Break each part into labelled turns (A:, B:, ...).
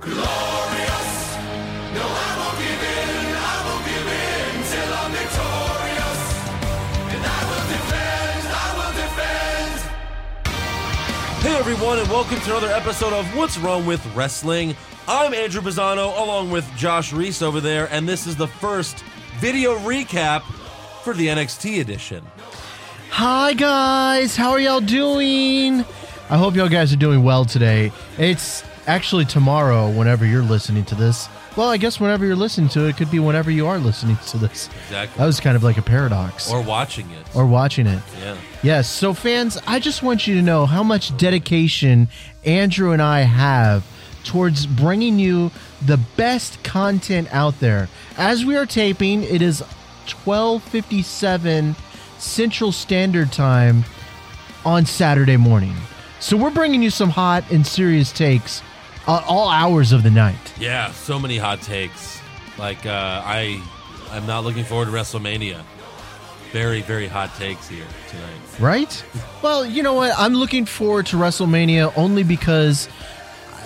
A: glorious. No, I won't give in. I won't give in till I'm victorious. And I will defend. I will defend.
B: Hey everyone, and welcome to another episode of What's Wrong with Wrestling. I'm Andrew Pisano, along with Josh Reese over there, and this is the first video recap for the NXT edition.
C: Hi guys, how are y'all doing? I hope y'all guys are doing well today. It's actually tomorrow whenever you're listening to this. Well, I guess whenever you're listening to it, it could be whenever you are listening to this.
B: Exactly.
C: That was kind of like a paradox.
B: Or watching it.
C: Or watching it.
B: yeah.
C: Yes, so fans, I just want you to know how much dedication Andrew and I have towards bringing you the best content out there. As we are taping, it is 12:57 Central Standard Time on Saturday morning. So we're bringing you some hot and serious takes at all hours of the night.
B: Yeah, so many hot takes. Like uh, I I'm not looking forward to WrestleMania. Very, very hot takes here tonight.
C: Right? Well, you know what? I'm looking forward to WrestleMania only because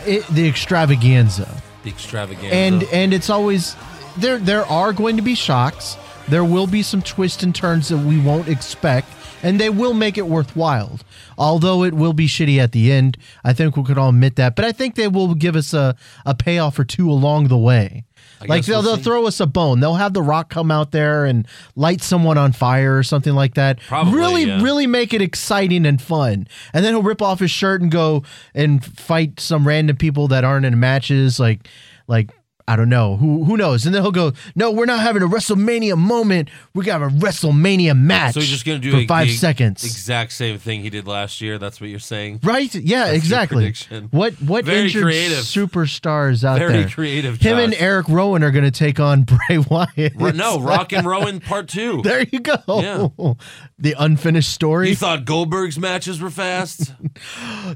C: it, the extravaganza.
B: The extravaganza.
C: and and it's always there there are going to be shocks there will be some twists and turns that we won't expect and they will make it worthwhile although it will be shitty at the end i think we could all admit that but i think they will give us a, a payoff or two along the way
B: I
C: like
B: guess
C: they'll,
B: we'll
C: they'll
B: see.
C: throw us a bone they'll have the rock come out there and light someone on fire or something like that
B: Probably,
C: really
B: yeah.
C: really make it exciting and fun and then he'll rip off his shirt and go and fight some random people that aren't in matches like like i don't know who who knows and then he'll go no we're not having a wrestlemania moment we got a wrestlemania match
B: so he's just gonna do
C: for
B: a-
C: five
B: the
C: seconds
B: Exact same thing he did last year. That's what you're saying.
C: Right? Yeah, exactly.
B: prediction.
C: What what
B: Very
C: injured
B: creative.
C: superstars out
B: Very
C: there?
B: creative,
C: Him and
B: Josh.
C: Eric Rowan are going to take on Bray Wyatt.
B: Ro- No, Rock and Rowan Part Two.
C: There you go. The unfinished story.
B: You thought Goldberg's matches were fast?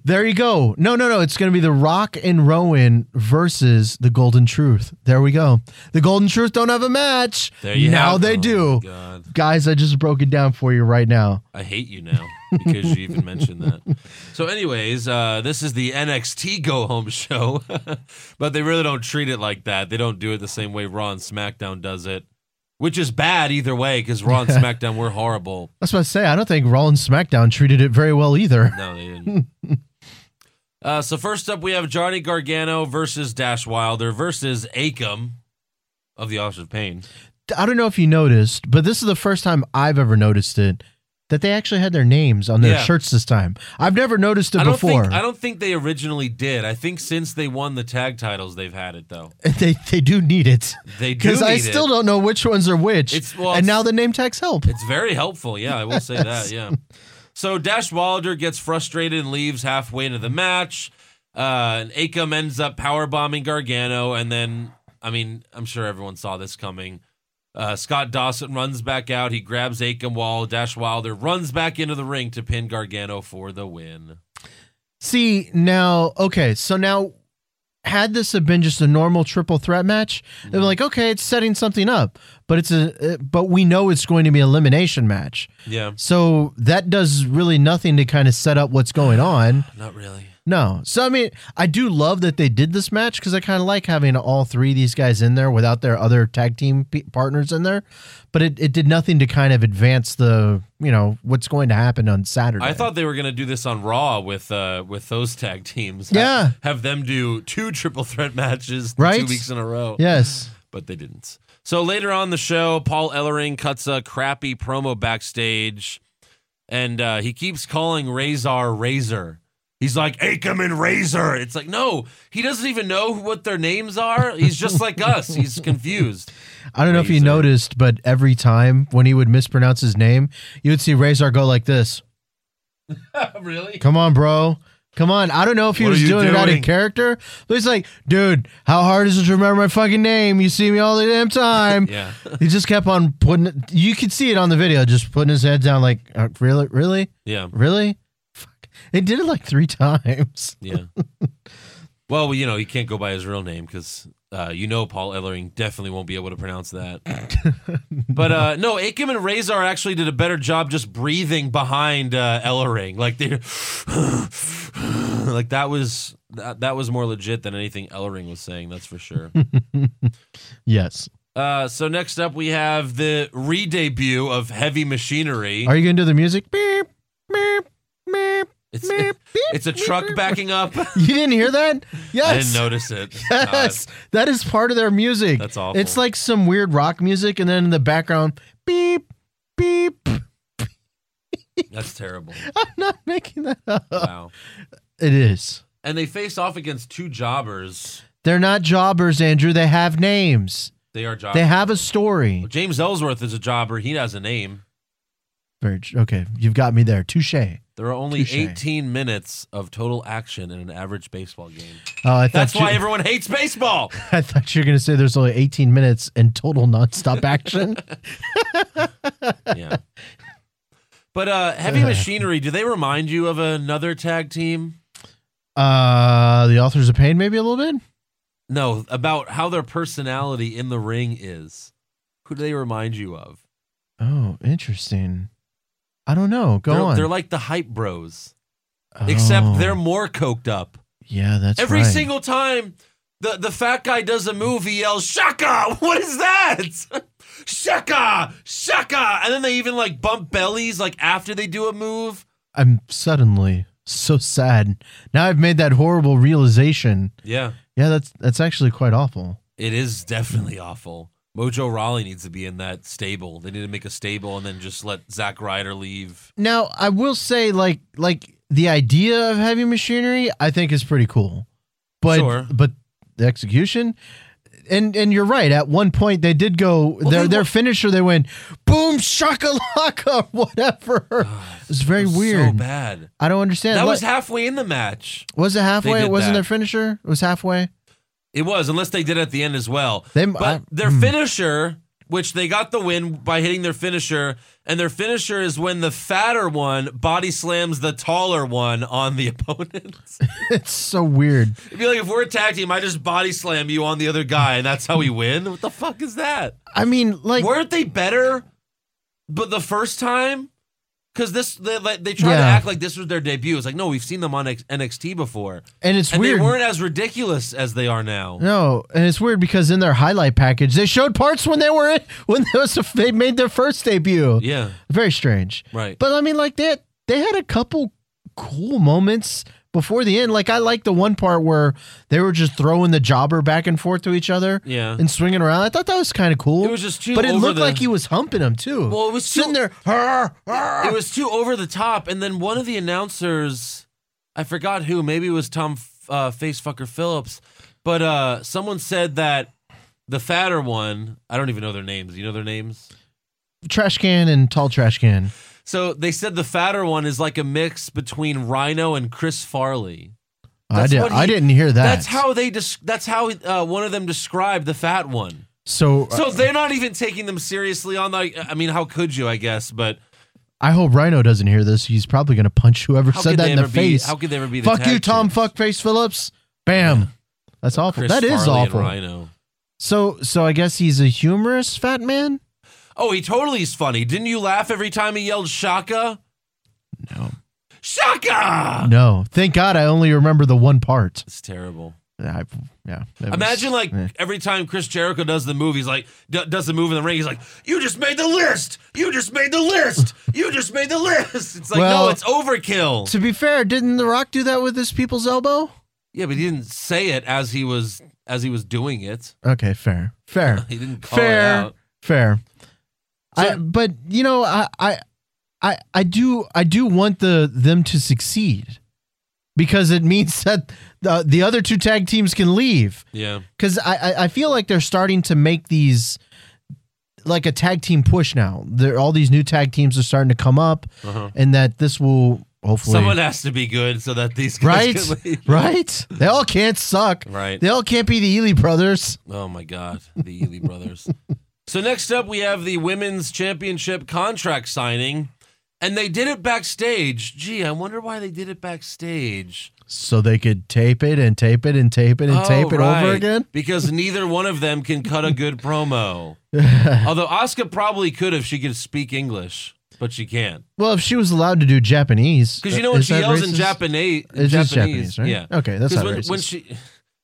C: There you go. No, no, no. It's going to be The Rock and Rowan versus The Golden Truth. There we go. The Golden Truth don't have a match.
B: There you
C: now
B: have-
C: they
B: oh,
C: do.
B: God.
C: Guys, I just broke it down for you right now.
B: I hate you now because you even mentioned that. So, anyways, uh, this is the NXT Go Home show, but they really don't treat it like that. They don't do it the same way Raw and SmackDown does it, which is bad either way because Raw and SmackDown were horrible.
C: That's what I say. I don't think Raw and SmackDown treated it very well either.
B: No, they didn't. Uh, so first up, we have Johnny Gargano versus Dash Wilder versus Akam of the Office of Pain.
C: I don't know if you noticed, but this is the first time I've ever noticed it that they actually had their names on their
B: Yeah.
C: shirts this time. I've never noticed it
B: I don't
C: before.
B: think I don't think they originally did. I think since they won the tag titles, they've had it though.
C: they they do need it
B: They do
C: because I
B: need
C: still
B: it.
C: don't know which ones are which.
B: It's- well,
C: and now
B: it's-
C: the name tags help.
B: It's very helpful. Yeah, I will say that. Yeah. So Dash Wilder gets frustrated and leaves halfway into the match. Uh, and Akam ends up power bombing Gargano, and then I mean, I'm sure everyone saw this coming. Uh, Scott Dawson runs back out. He grabs Akam while Dash Wilder runs back into the ring to pin Gargano for the win.
C: See now, okay, so now had this have been just a normal triple threat match, they'd be like, okay, it's setting something up, but it's a uh, but we know it's going to be an elimination match,
B: Yeah,
C: so that does really nothing to kind of set up what's going on.
B: not really.
C: No. So I mean, I do love that they did this match because I kind of like having all three of these guys in there without their other tag team p- partners in there. But it, it did nothing to kind of advance the you know what's going to happen on Saturday.
B: I thought they were gonna do this on Raw with uh, with those tag teams.
C: Yeah.
B: have, have them do two triple threat matches
C: Right?
B: two weeks in a row.
C: Yes.
B: but they didn't. So later on the show, Paul Ellering cuts a crappy promo backstage, and uh, he keeps calling Razor Razor. He's like Akam and Razor. It's like no, he doesn't even know what their names are. He's just like us. He's confused.
C: I don't know if you
B: Razor.
C: noticed, but every time when he would mispronounce his name, you would see Razor go like this.
B: really?
C: Come on, bro. Come on. I don't know if he
B: What are
C: was
B: you
C: doing, it out
B: doing?
C: of character, but he's like, dude, how hard is it to remember my fucking name? You see me all the damn time.
B: Yeah.
C: He just kept on putting. it- You could see it on the video, just putting his head down, like uh, really, really,
B: Yeah.
C: really. Fuck. It did it like three times.
B: Yeah. Well, you know, he can't go by his real name because uh, you know Paul Ellering definitely won't be able to pronounce that. but uh, no, Akim and Razor actually did a better job just breathing behind uh, Ellering. Like they, like that was that, that was more legit than anything Ellering was saying. That's for sure.
C: Yes.
B: uh, so next up, we have the re-debut of Heavy Machinery.
C: Are you gonna do the music? Beep, beep, beep,
B: It's
C: beep, beep,
B: it's a
C: beep,
B: truck
C: beep.
B: backing up.
C: You didn't hear that? Yes.
B: I didn't notice it. God.
C: Yes, that is part of their music.
B: That's awful.
C: It's like some weird rock music, and then in the background, beep, beep.
B: that's terrible.
C: I'm not making that up.
B: Wow.
C: It is.
B: And they faced off against two jobbers.
C: They're not jobbers, Andrew. They have names.
B: They are jobbers.
C: They have a story.
B: James Ellsworth is a jobber. He has a name.
C: Very- Okay, you've got me there. Touche. Oh,
B: There are only
C: Touche.
B: 18 minutes of total action in an average baseball game.
C: I thought
B: That's
C: you,
B: why everyone hates baseball.
C: I thought you were going to say there's only 18 minutes in total nonstop action.
B: yeah. But uh, Heavy Machinery, do they remind you of another tag team?
C: uh, the authors of pain, maybe a little bit.
B: No, about how their personality in the ring is. Who do they remind you of?
C: Oh, interesting. I don't know. Go
B: they're,
C: on.
B: they're like the hype bros, except
C: Oh.
B: they're more coked up.
C: yeah. That's
B: Every
C: right.
B: single time the, the fat guy does a move, he yells, Shaka! What is that? Shaka! Shaka! And then they even like bump bellies like after they do a move.
C: I'm suddenly so sad. Now I've made that horrible realization.
B: Yeah.
C: Yeah, that's that's actually quite awful.
B: It is definitely awful. Mojo Raleigh needs to be in that stable. They need to make a stable and then just let Zack Ryder leave.
C: Now I will say, like like the idea of heavy machinery, I think is pretty cool, but
B: Sure.
C: but the execution. And and you're right. At one point, they did go their
B: they
C: their
B: wa-
C: finisher. They went boom shakalaka, whatever. it was very
B: It was
C: weird.
B: So bad.
C: I don't understand.
B: That
C: What-
B: was halfway in the match.
C: was it halfway?
B: did
C: It wasn't
B: that.
C: their finisher. It was halfway.
B: It was, unless they did it at the end as well.
C: They-
B: but
C: I-
B: their
C: hmm.
B: finisher, which they got the win by hitting their finisher, and their finisher is when the fatter one body slams the taller one on the opponent.
C: it's so weird.
B: It'd be like if we're a tag team, I just body slam you on the other guy, and that's how we win. What the fuck is that?
C: I mean, like
B: weren't they better but the first time because this they, like, they try to
C: Yeah.
B: act like this was their debut it's like no we've seen them on X- nxt before
C: And it's
B: and
C: weird.
B: they weren't as ridiculous as they are now
C: no, and it's weird because in their highlight package, they showed parts when they were in, when they, was, they made their first debut.
B: yeah
C: Very strange.
B: right
C: But I mean, like that, they had a couple cool moments before the end. Like I like the one part where they were just throwing the jobber back and forth to each other
B: yeah
C: and swinging around. I thought that was kind of cool.
B: it was just too
C: but it
B: over
C: looked
B: the-
C: like he was humping him too.
B: well it was too,
C: sitting there. "Arr, arr."
B: it was too over the top and then one of the announcers i forgot who maybe it was tom F- uh, facefucker phillips but uh someone said that the fatter one i don't even know their names you know their names
C: trash can and tall trash can.
B: So they said the fatter one is like a mix between Rhino and Chris Farley.
C: I
B: That's
C: did.
B: what he-
C: I didn't hear that.
B: That's how they des- that's how uh, one of them described the fat one.
C: So,
B: So they're not even taking them seriously on the I mean how could you I guess but
C: I hope Rhino doesn't hear this. He's probably going to punch whoever
B: how
C: said
B: could
C: that
B: they
C: in the
B: ever be
C: face.
B: how could they ever be the
C: Fuck
B: tag
C: you, Tom.
B: team?
C: Fuckface Phillips. Bam. That's awful.
B: Chris
C: that is
B: Farley and
C: awful.
B: Rhino.
C: So, so I guess he's a humorous fat man.
B: Oh, he totally is funny. Didn't you laugh every time he yelled Shaka?
C: No.
B: Shaka!
C: No, thank God I only remember the one part.
B: It's terrible.
C: I, yeah. it was-
B: Imagine like
C: eh.
B: every time Chris Jericho does the move, he's like d- does the move in the ring. He's like, "You just made the list. You just made the list. You just made the list." It's like,
C: Well-
B: no, it's overkill.
C: To be fair, didn't The Rock do that with his people's elbow?
B: yeah, but he didn't say it as he was as he was doing it.
C: Okay, fair, fair.
B: He didn't call
C: Fair.
B: it out.
C: Fair. I,
B: So-
C: but you know, I, I, I, I do, I do want the them to succeed because it means that the the other two tag teams can leave.
B: Yeah,
C: Because I, I, I feel like they're starting to make these like a tag team push now. There, all these new tag teams are starting to come up,
B: uh-huh.
C: and that this will hopefully
B: someone has to be good so that these guys
C: right,
B: can leave.
C: right. They all can't suck.
B: right.
C: They all can't be the Ely brothers.
B: Oh my God, the Ely brothers. So next up, we have the women's championship contract signing, and they did it backstage. Gee, I wonder why they did it backstage.
C: So they could tape it and tape it and tape it and tape
B: Oh,
C: it over
B: right.
C: again.
B: because neither one of them can cut a good promo. Although Asuka probably could if she could speak English. but she can't
C: Well, if she was allowed to do Japanese, uh,
B: because you know when
C: is
B: she
C: that
B: yells in
C: racist?
B: Japanese.
C: It's just Japanese, right?
B: Yeah.
C: Okay, that's
B: 'Cause
C: not
B: when,
C: racist.
B: when she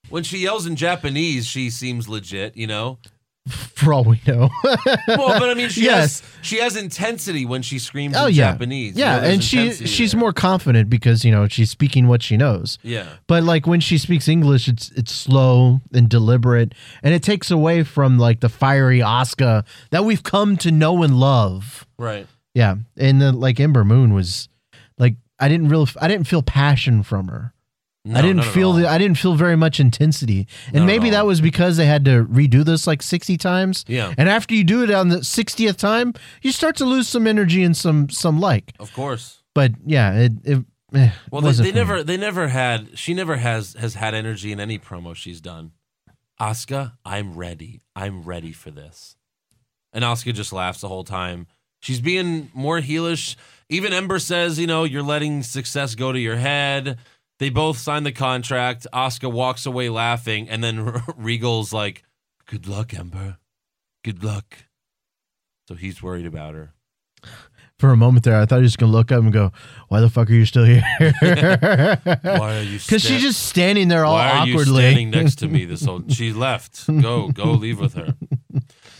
B: when she yells in Japanese, she seems legit, you know.
C: For all we know.
B: Well, but I mean, she
C: Yes.
B: has she has intensity when she screams
C: oh
B: in
C: yeah,
B: Japanese. you know,
C: Yeah,
B: there's
C: and she
B: intensity
C: she's
B: there.
C: more confident because you know she's speaking what she knows.
B: yeah.
C: But like when she speaks English, it's it's slow and deliberate, and it takes away from like the fiery Asuka that we've come to know and love.
B: Right.
C: Yeah, and then like Ember Moon was like I didn't real I didn't feel passion from her.
B: No,
C: I didn't
B: not at
C: feel
B: all.
C: the, I didn't feel very much intensity, and
B: Not at
C: maybe that
B: all.
C: was because they had to redo this like sixty times.
B: Yeah.
C: And after you do it on the sixtieth time, you start to lose some energy and some some like.
B: Of course.
C: But yeah, it, it eh,
B: Well,
C: it wasn't
B: they, they
C: for me.
B: never they never had she never has has had energy in any promo she's done. Asuka, I'm ready. I'm ready for this. And Asuka just laughs the whole time. She's being more heelish. Even Ember says, you know, you're letting success go to your head. They both sign the contract. Asuka walks away laughing, and then Regal's like, "Good luck, Ember. Good luck." So he's worried about her.
C: for a moment there. I thought he was gonna look up and go, "Why the fuck are you still here?"
B: Why are you?
C: Because she's
B: sta-
C: just standing there all
B: Why are you
C: awkwardly.
B: standing next to me? This old she left. Go, go, leave with her.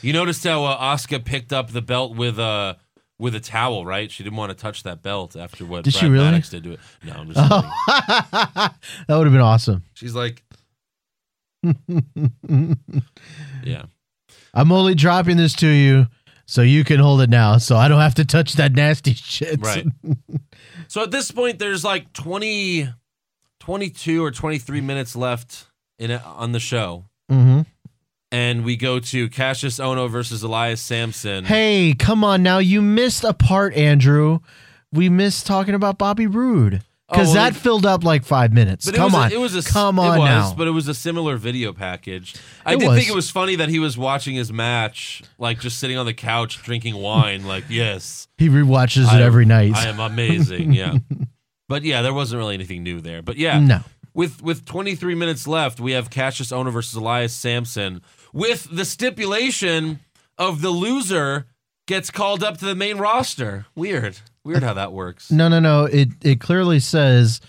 B: You noticed how uh, Oscar picked up the belt with uh, with a towel, right? She didn't want to touch that belt after what
C: Did
B: Brad
C: she really? Oh.
B: Maddox did to it. No, I'm just kidding.
C: that would have been awesome.
B: She's like, yeah,
C: I'm only dropping this to you so you can hold it now, so I don't have to touch that nasty shit.
B: right. so at this point, there's like 20, 22 or 23 minutes left in on the show.
C: hmm
B: And we go to Cassius Ono versus Elias Sampson.
C: Mm. Hey, come on now. You missed a part, Andrew. We missed talking about Bobby Roode because
B: Oh, well,
C: that
B: it-
C: filled up like five minutes.
B: But it
C: come
B: was
C: on.
B: A, it was a,
C: come
B: it
C: on
B: was,
C: now.
B: But it was a similar video package. I
C: It
B: did think
C: was.
B: it was funny that he was watching his match, like just sitting on the couch drinking wine. Like, yes,
C: he rewatches
B: I
C: it
B: am-
C: every night.
B: I am amazing. Yeah, but yeah, there wasn't really anything new there. But yeah,
C: No.
B: with with 23 minutes left, we have Cassius Owner versus Elias Sampson with the stipulation of the loser gets called up to the main roster. Weird, weird how that works.
C: No, no, no. It it clearly says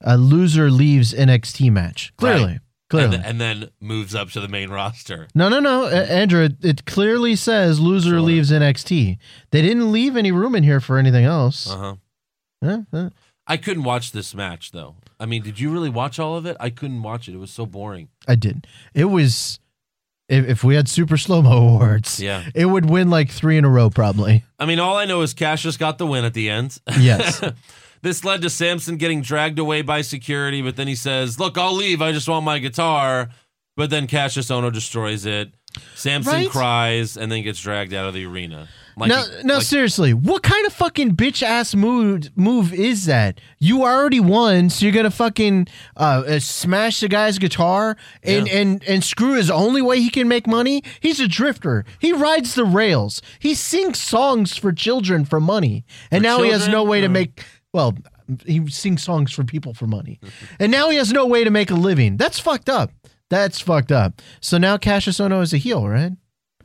C: a loser leaves NXT match. Clearly.
B: Right.
C: Clearly.
B: And, and then moves up to the main roster.
C: No, no, no, A- Andrew. It, it clearly says loser
B: Sure.
C: leaves NXT. They didn't leave any room in here for anything else.
B: Uh huh.
C: Huh? Huh?
B: I couldn't watch this match though. I mean, did you really watch all of it? I couldn't watch it. It was so boring.
C: I did. It was if, if we had super slow mo awards,
B: Yeah.
C: it would win like three in a row probably.
B: I mean, all I know is Cassius got the win at the end.
C: Yes.
B: this led to Samson getting dragged away by security, but then he says, "Look, I'll leave. I just want my guitar." But then Cassius Ono destroys it. Samson
C: Right?
B: cries and then gets dragged out of the arena. Like,
C: no, no,
B: like-
C: seriously, what kind of fucking bitch ass move move is that? You already won, so you're gonna fucking uh, uh, smash the guy's guitar and
B: Yeah.
C: and and screw his only way he can make money. He's a drifter. He rides the rails. He sings songs for children for money, and
B: For
C: now he has no
B: children?
C: way to
B: Uh.
C: make. Well, he sings songs for people for money, and now he has no way to make a living. That's fucked up. That's fucked up. So now Cassius Ono is a heel, right?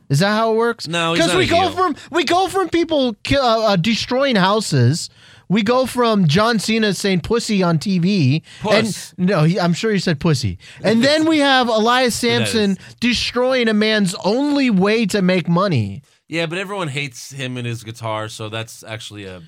C: Is that how it works?
B: No, he's
C: because
B: not
C: we
B: a
C: go
B: heel.
C: from we go from people ki- uh, uh, destroying houses. We go from John Cena saying "pussy" on TV,
B: Puss.
C: and no, he, I'm sure he said "pussy," and then we have Elias Sampson destroying a man's only way to make money.
B: Yeah, but everyone hates him and his guitar, so that's actually a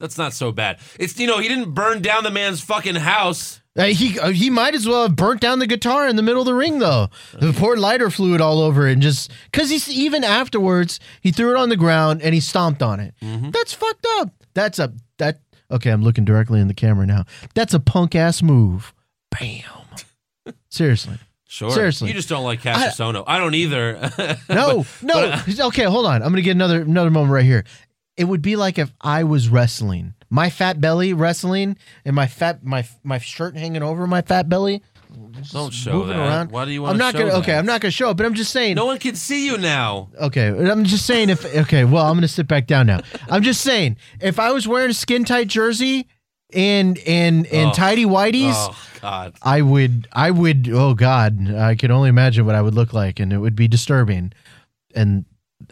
B: that's not so bad. It's you know, he didn't burn down the man's fucking house.
C: Uh, he uh, he might as well have burnt down the guitar in the middle of the ring though. The poured lighter fluid all over it, and just because he's even afterwards he threw it on the ground and he stomped on it.
B: Mm-hmm.
C: That's fucked up. That's a that okay. I'm looking directly in the camera now. That's a punk ass move. Bam. Seriously.
B: Sure.
C: Seriously.
B: You just don't like Cassius Ono. I don't either.
C: No, no. okay, hold on. I'm gonna get another another moment right here. It would be like if I was wrestling, my fat belly wrestling, and my fat my my shirt hanging over my fat belly.
B: Don't
C: just
B: show that. Why do you wanna
C: I'm not
B: show
C: gonna.
B: that?
C: Okay, I'm not gonna show it, but I'm just saying.
B: No one can see you now.
C: Okay, I'm just saying if. Okay, well, I'm gonna sit back down now. I'm just saying if I was wearing a skin tight jersey and and and
B: Oh.
C: tidy whities.
B: Oh God.
C: I would, I would, oh God, I can only imagine what I would look like, and it would be disturbing. And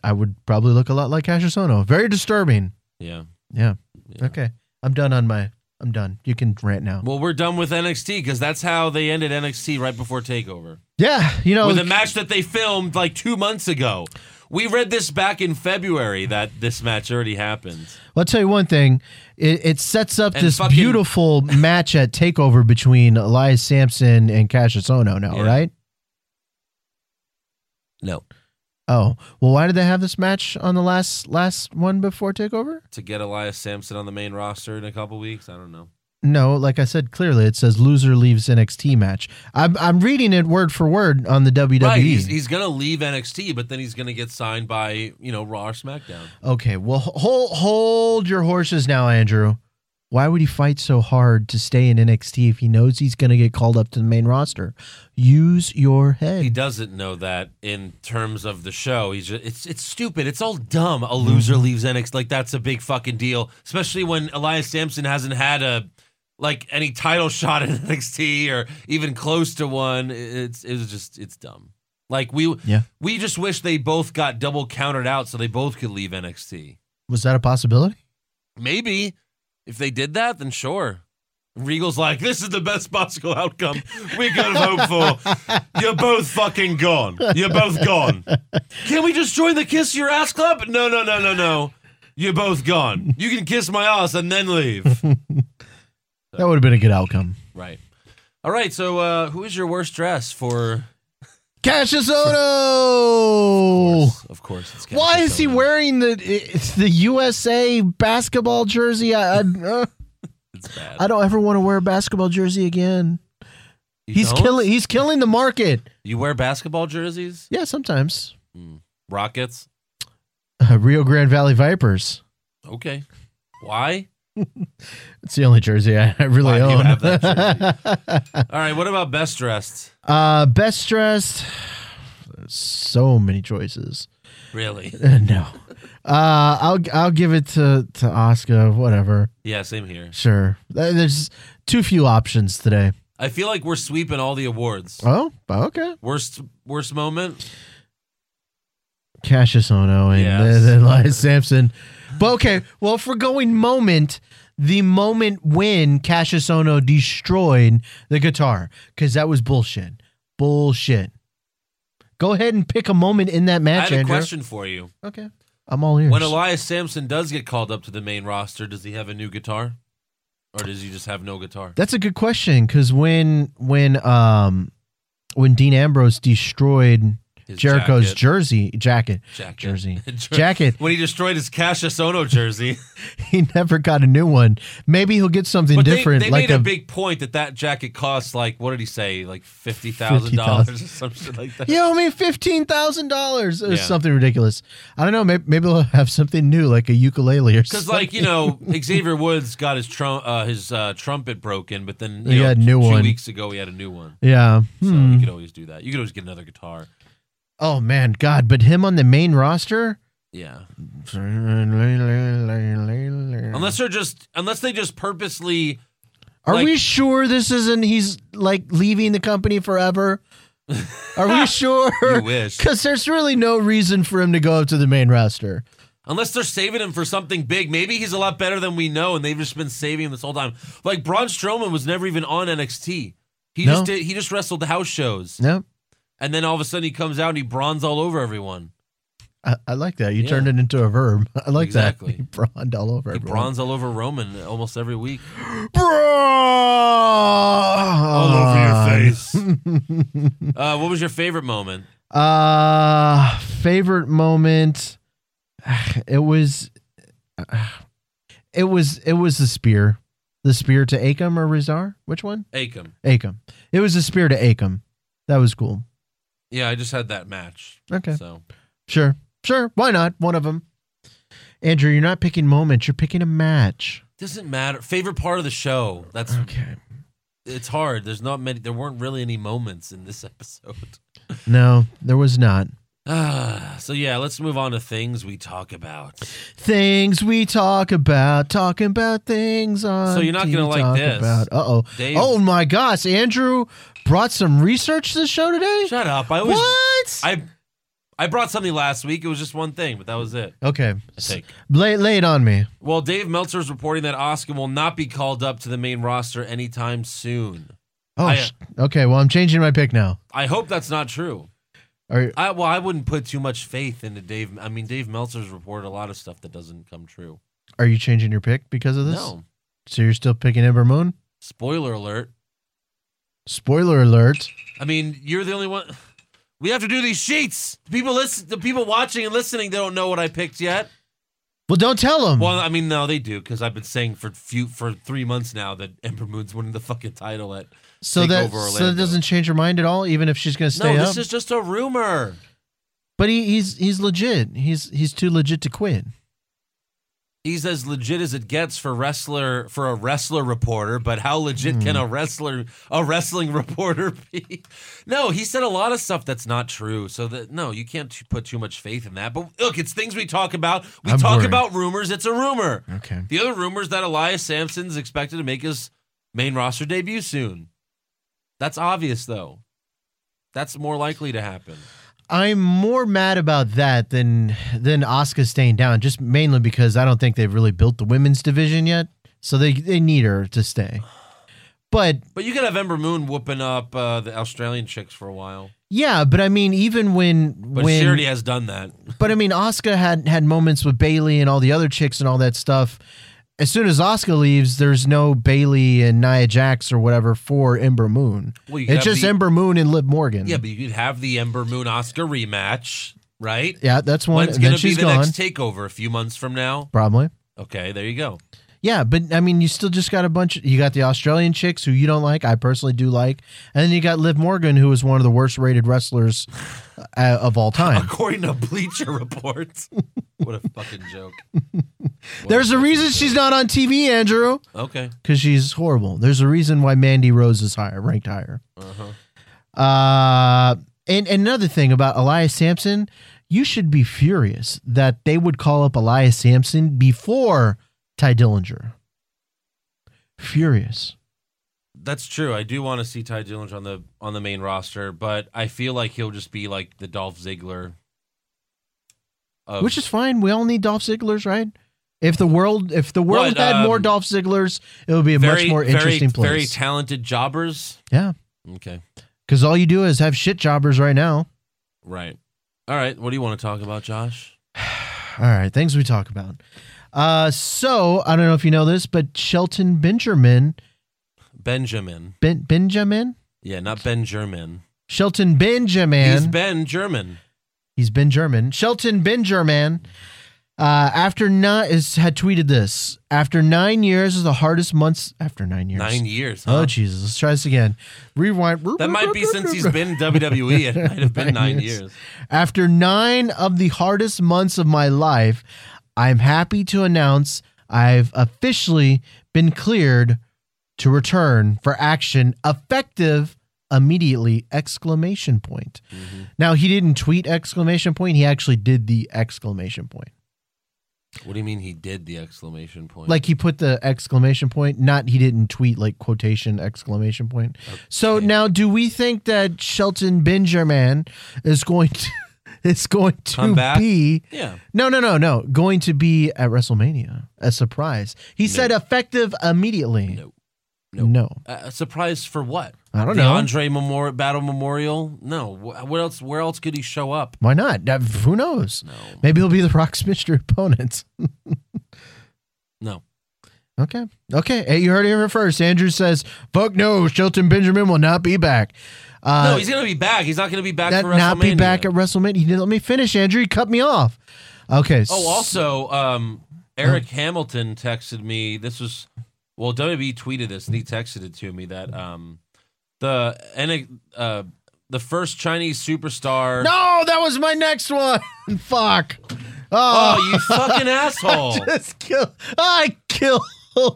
C: I would probably look a lot like Cassius Ohno. Very disturbing.
B: Yeah.
C: Yeah.
B: Yeah.
C: Okay. I'm done on my. I'm done. You can rant now.
B: Well, we're done with NXT because that's how they ended NXT right before Takeover
C: Yeah. You know.
B: with a match that they filmed like two months ago. We read this back in February that this match already happened.
C: I'll tell you one thing. It, it sets up
B: And
C: this
B: fucking-
C: beautiful match at Takeover between Elias Sampson and Cassius Ohno. Now,
B: Yeah.
C: right?
B: No,
C: Oh well, why did they have this match on the last last one before Takeover?
B: to get Elias Sampson on the main roster in a couple weeks. I don't know.
C: No, like I said clearly, it says loser leaves NXT match. I'm I'm reading it word for word on the E. WWE.
B: Right, he's, he's gonna leave NXT, but then he's gonna get signed by you know Raw or SmackDown.
C: Okay, well, hold hold your horses now, Andrew. Why would he fight so hard to stay in NXT if he knows he's going to get called up to the main roster? Use your
B: He
C: head.
B: doesn't know that in terms of the show. He's just, it's it's stupid. It's all dumb. A loser leaves NXT like that's a big fucking deal, especially when Elias Sampson hasn't had a like any title shot in NXT or even close to one. It's it was just it's dumb. Like we
C: Yeah.
B: we just wish they both got double countered out so they both could leave NXT.
C: Was that a possibility?
B: Maybe if they did that, then sure. Regal's like, this is the best possible outcome we could have hoped for. You're both fucking gone. You're both gone. Can we just join the Kiss Your Ass Club? No, no, no, no, no. You're both gone. You can kiss my ass and then leave.
C: That would have been a good outcome.
B: right. All right. So, uh, who is your worst dress for?
C: Cassius Ohno.
B: Of course. It's Cassius
C: Why is he
B: Ohno.
C: wearing the it's the USA basketball jersey? I I, uh,
B: It's bad.
C: I don't ever want to wear a basketball jersey again.
B: You
C: he's
B: don't?
C: killing he's killing the market.
B: You wear basketball jerseys?
C: Yeah, sometimes.
B: Rockets?
C: Uh, Rio Grande Valley Vipers.
B: Okay. Why?
C: It's the only jersey I, I
B: Why
C: really
B: do you
C: own.
B: have that All right. What about best dressed?
C: uh, best dressed. There's so many choices.
B: Really?
C: Uh, no, uh, I'll I'll give it to to Oscar. Whatever.
B: Yeah, same here.
C: Sure. There- There's too few options today.
B: I feel like we're sweeping all the awards.
C: Oh, okay.
B: Worst worst moment?
C: Cassius Ono and
B: Yes.
C: then Elias Sampson. But okay, well, if we're going moment, the moment when Cassius Ono destroyed the guitar, because that was bullshit. Bullshit. Go ahead and pick a moment in that
B: I
C: match,
B: had a
C: Andrew.
B: question for you.
C: Okay. I'm all ears.
B: When Elias Sampson does get called up to the main roster, does he have a new guitar? Or does he just have no guitar?
C: That's a good question because when when um when Dean Ambrose destroyed
B: His
C: Jericho's
B: jacket.
C: jersey jacket
B: Jacket.
C: jersey
B: Jer-
C: jacket,
B: When he destroyed his Cassius Ohno jersey,
C: he never got a new one. Maybe he'll get something
B: but they,
C: different,
B: they
C: like
B: made a,
C: a,
B: big point that that jacket costs like what did he say, like fifty thousand dollars or some shit like that.
C: you owe me fifteen thousand dollars or
B: Yeah.
C: something ridiculous. I don't know. Maybe maybe they'll have something new, like a ukulele or
B: Because
C: something.
B: like you know, Xavier Woods got his trump uh, his uh, trumpet broken, but then you
C: He
B: know,
C: had a new
B: two
C: one.
B: weeks ago he had a new one.
C: yeah.
B: So
C: Hmm.
B: you could always do that. You could always get another guitar.
C: Oh man, God! But him on the main roster.
B: Yeah,
C: Unless
B: unless they're just unless they just purposely.
C: are
B: like-
C: we sure this isn't he's like leaving the company forever? Are we sure?
B: You wish.
C: Because there's really no reason for him to go up to the main roster.
B: Unless they're saving him for something big. Maybe he's a lot better than we know, and they've just been saving him this whole time. Like Braun Strowman was never even on NXT. He
C: No.
B: just did. He just wrestled the house shows,
C: No,
B: and then all of a sudden he comes out and he bronze all over everyone.
C: I, I like that. You
B: Yeah.
C: turned it into a verb. I like
B: Exactly.
C: that. He brawned all over.
B: He
C: everyone.
B: bronze all over Roman almost every week.
C: All
B: uh, what was your favorite moment?
C: Uh, favorite moment. It was. It was. It was the spear. The spear to Akam or Rizar? Which one?
B: Akam.
C: Akam. It was the spear to Akam. That was cool.
B: Yeah, I just had that match.
C: Okay.
B: So
C: Sure. Sure. Why not? One of them. Andrew, you're not picking moments. You're picking a match.
B: doesn't matter. Favorite part of the show. That's
C: Okay.
B: it's hard. There's not many. There weren't really any moments in this episode.
C: No, there was not.
B: Ah, so yeah, let's move on to things we talk about.
C: Things we talk about, talking about things on.
B: So you're not
C: TV
B: gonna like
C: talk
B: this.
C: About. Uh oh.
B: Dave,
C: Oh my gosh, Andrew brought some research to the show today.
B: shut up! I always
C: What?
B: I I brought something last week. It was just one thing, but that was it.
C: Okay.
B: I think.
C: Lay, lay it on me.
B: Well, Dave Meltzer's reporting that Oscar will not be called up to the main roster anytime soon.
C: Oh,
B: I, uh,
C: sh- okay. Well, I'm changing my pick now.
B: I hope that's not true.
C: Are,
B: I well, I wouldn't put too much faith into Dave. I mean, Dave Meltzer's reported a lot of stuff that doesn't come true.
C: are you changing your pick because of this?
B: No.
C: So you're still picking Ember Moon?
B: Spoiler alert.
C: Spoiler alert.
B: I mean, you're the only one. We have to do these sheets. The people listen, the people watching and listening, they don't know what I picked yet.
C: Well, don't tell him.
B: Well, I mean, no, they do because I've been saying for few for three months now that Ember Moon's winning the fucking title at.
C: so
B: take
C: that
B: over
C: so that
B: Orlando.
C: doesn't change your mind at all, even if she's going to stay
B: no,
C: up.
B: this is just a rumor.
C: but he, he's he's legit. He's he's too legit to quit.
B: He's as legit as it gets for wrestler for a wrestler reporter, but how legit
C: Hmm.
B: can a wrestler a wrestling reporter be? No, he said a lot of stuff that's not true. So that no, you can't t- put too much faith in that. But look, it's things we talk about. We
C: I'm
B: talk
C: worried.
B: about rumors. It's a rumor.
C: Okay.
B: The other rumor is that Elias Sampson's expected to make his main roster debut soon. That's obvious, though. That's more likely to happen.
C: I'm more mad about that than than Oscar staying down, just mainly because I don't think they've really built the women's division yet. So they they need her to stay. But
B: But you could have Ember Moon whooping up uh, the Australian chicks for a while.
C: yeah, but I mean, even when
B: But
C: when
B: she already has done that.
C: But I mean, Oscar had had moments with Bailey and all the other chicks and all that stuff. As soon as Oscar leaves, there's no Bailey and Nia Jax or whatever for Ember Moon.
B: Well, you
C: it's
B: have
C: just
B: the-
C: Ember Moon and Lib Morgan.
B: Yeah, but you could have the Ember Moon Oscar rematch, right?
C: yeah, that's one.
B: When's
C: And then
B: going to be
C: she's
B: the
C: gone,
B: next takeover? A few months from now?
C: probably.
B: Okay, there you go.
C: Yeah, but I mean, you still just got a bunch. you got the Australian chicks who you don't like. I personally do like, and then you got Liv Morgan, who is one of the worst rated wrestlers uh, of all time.
B: According to Bleacher Report. what a fucking joke. What
C: There's a
B: fucking
C: reason
B: joke.
C: she's not on TV, Andrew,
B: Okay.
C: because she's horrible. There's a reason why Mandy Rose is higher, ranked higher.
B: Uh-huh.
C: Uh, and, and another thing about Elias Sampson, you should be furious that they would call up Elias Sampson before Ty Dillinger. Furious.
B: That's true. I do want to see Ty Dillinger on the on the main roster, but I feel like he'll just be like the Dolph Ziggler. Of,
C: Which is fine. We all need Dolph Ziggler's, right? If the world if the world
B: What,
C: had more
B: um,
C: Dolph Ziggler's, it would be a much more interesting
B: very, Very
C: place.
B: talented jobbers.
C: yeah.
B: Okay,
C: Because all you do is have shit jobbers right now.
B: right. All right. What do you want to talk about, Josh?
C: All right, things we talk about. Uh, so I don't know if you know this, but Shelton Benjamin,
B: Benjamin.
C: ben, Benjamin,
B: Yeah, not Ben German.
C: Shelton Benjamin,
B: He's Ben German.
C: He's Ben German. Shelton Ben German. Uh, after nine is had tweeted this. After nine years is the hardest months. After nine years.
B: Nine years.
C: Oh
B: Huh?
C: Jesus! Let's try this again. Rewind.
B: that might be since he's been in WWE. It might have been
C: Nine
B: nine
C: years.
B: years.
C: After nine of the hardest months of my life, I'm happy to announce I've officially been cleared to return for action effective immediately exclamation point.
B: Mm-hmm.
C: Now he didn't tweet exclamation point, he actually did the exclamation point.
B: What do you mean he did the exclamation point?
C: Like he put the exclamation point, not he didn't tweet like quotation exclamation point. So
B: Okay.
C: now do we think that Shelton Benjamin is going to is going to
B: Come back?
C: be
B: yeah.
C: no, no, no, no. Going to be at WrestleMania. A surprise. He
B: No.
C: said effective immediately.
B: No.
C: No.
B: No. Uh, surprised for what?
C: I don't
B: the
C: know.
B: Andre Memor- Battle Memorial? No. Wh- What else? Where else could he show up?
C: Why not? That- who knows?
B: No.
C: Maybe he'll be the Rock's mystery opponent.
B: No.
C: Okay. Okay. Hey, you heard it here first. Andrew says, fuck no, Shelton Benjamin will not be back. Uh,
B: no, he's gonna be back. He's not gonna be back
C: that
B: for WrestleMania.
C: not be back at WrestleMania. He didn't let me finish, Andrew. He cut me off. Okay.
B: Oh, also, um, Eric Hamilton texted me. This was well, WWE tweeted this, and he texted it to me that um, the and uh, the first Chinese superstar.
C: No, that was my next one. fuck.
B: Oh, you fucking asshole!
C: Just kill. I killed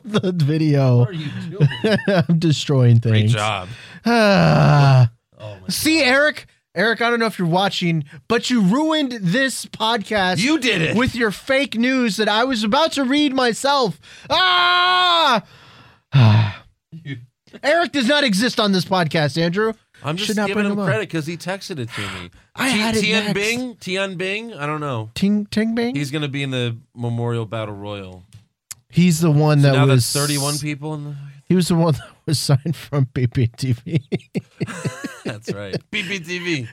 C: the video.
B: What are you doing?
C: I'm destroying things.
B: Great job.
C: Ah.
B: Oh my
C: see, Eric. Eric, I don't know if you're watching, but you ruined this podcast.
B: You did it.
C: with your fake news that I was about to read myself. Ah. Ah. Eric does not exist on this podcast, Andrew.
B: I'm just
C: should not
B: giving
C: bring
B: him
C: him up.
B: credit because he texted it to me.
C: I
B: Ti-
C: had it
B: Tian
C: next.
B: Bing, Tian Bing. I don't know.
C: Ting Ting Bing. He's,
B: He's going to be in the Memorial Battle Royal.
C: the one that
B: now
C: was
B: that's 31 people. In the,
C: He was the one that was signed from BBTV.
B: that's right. BBTV.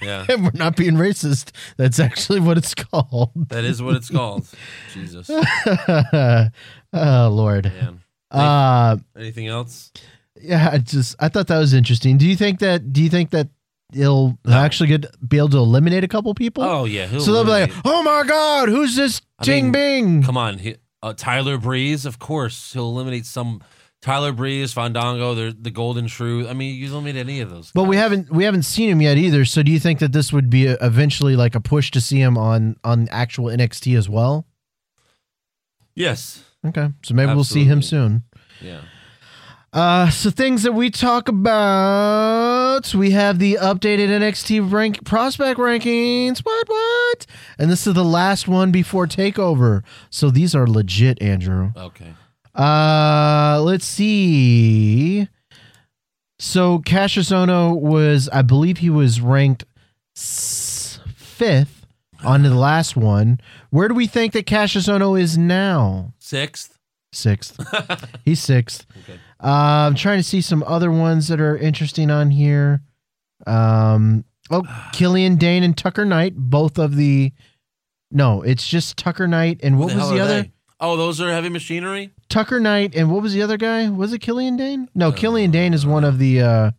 B: Yeah,
C: and we're not being racist. That's actually what it's called.
B: that is what it's called. Jesus,
C: oh Lord.
B: man.
C: Uh,
B: Anything else?
C: yeah. I just I thought that was interesting. Do you think that? Do you think that it'll actually get be able to eliminate a couple people?
B: Oh yeah. he'll
C: so they'll be like,
B: eliminate-
C: "Oh my God, who's this
B: I
C: Ting
B: mean,
C: Bing?"
B: come on, he, uh, Tyler Breeze. Of course, he'll eliminate some. Tyler Breeze, Fandango, the the Golden Shrew. I mean, you eliminate any of those.
C: But we
B: guys.
C: haven't we haven't seen him yet either. So do you think that this would be a, eventually like a push to see him on on actual NXT as well?
B: Yes.
C: Okay, so maybe we'll see him soon.
B: Yeah.
C: Uh, so things that we talk about, we have the updated NXT rank prospect rankings. What what? And this is the last one before Takeover. So these are legit, Andrew.
B: Okay.
C: Uh, let's see. So Cassius Ono was, I believe, he was ranked s- fifth on the last one. Where do we think that Cassius Ono is now?
B: Sixth.
C: Sixth. He's sixth.
B: Okay.
C: Uh, I'm trying to see some other ones that are interesting on here. Um, oh, Killian Dane and Tucker Knight, both of the. No, it's just Tucker Knight and what
B: Who
C: was
B: hell
C: the
B: are
C: other?
B: they? Oh, those are heavy machinery.
C: Tucker Knight and what was the other guy? Was it Killian Dane? No,
B: Uh,
C: Killian Dane is one of the uh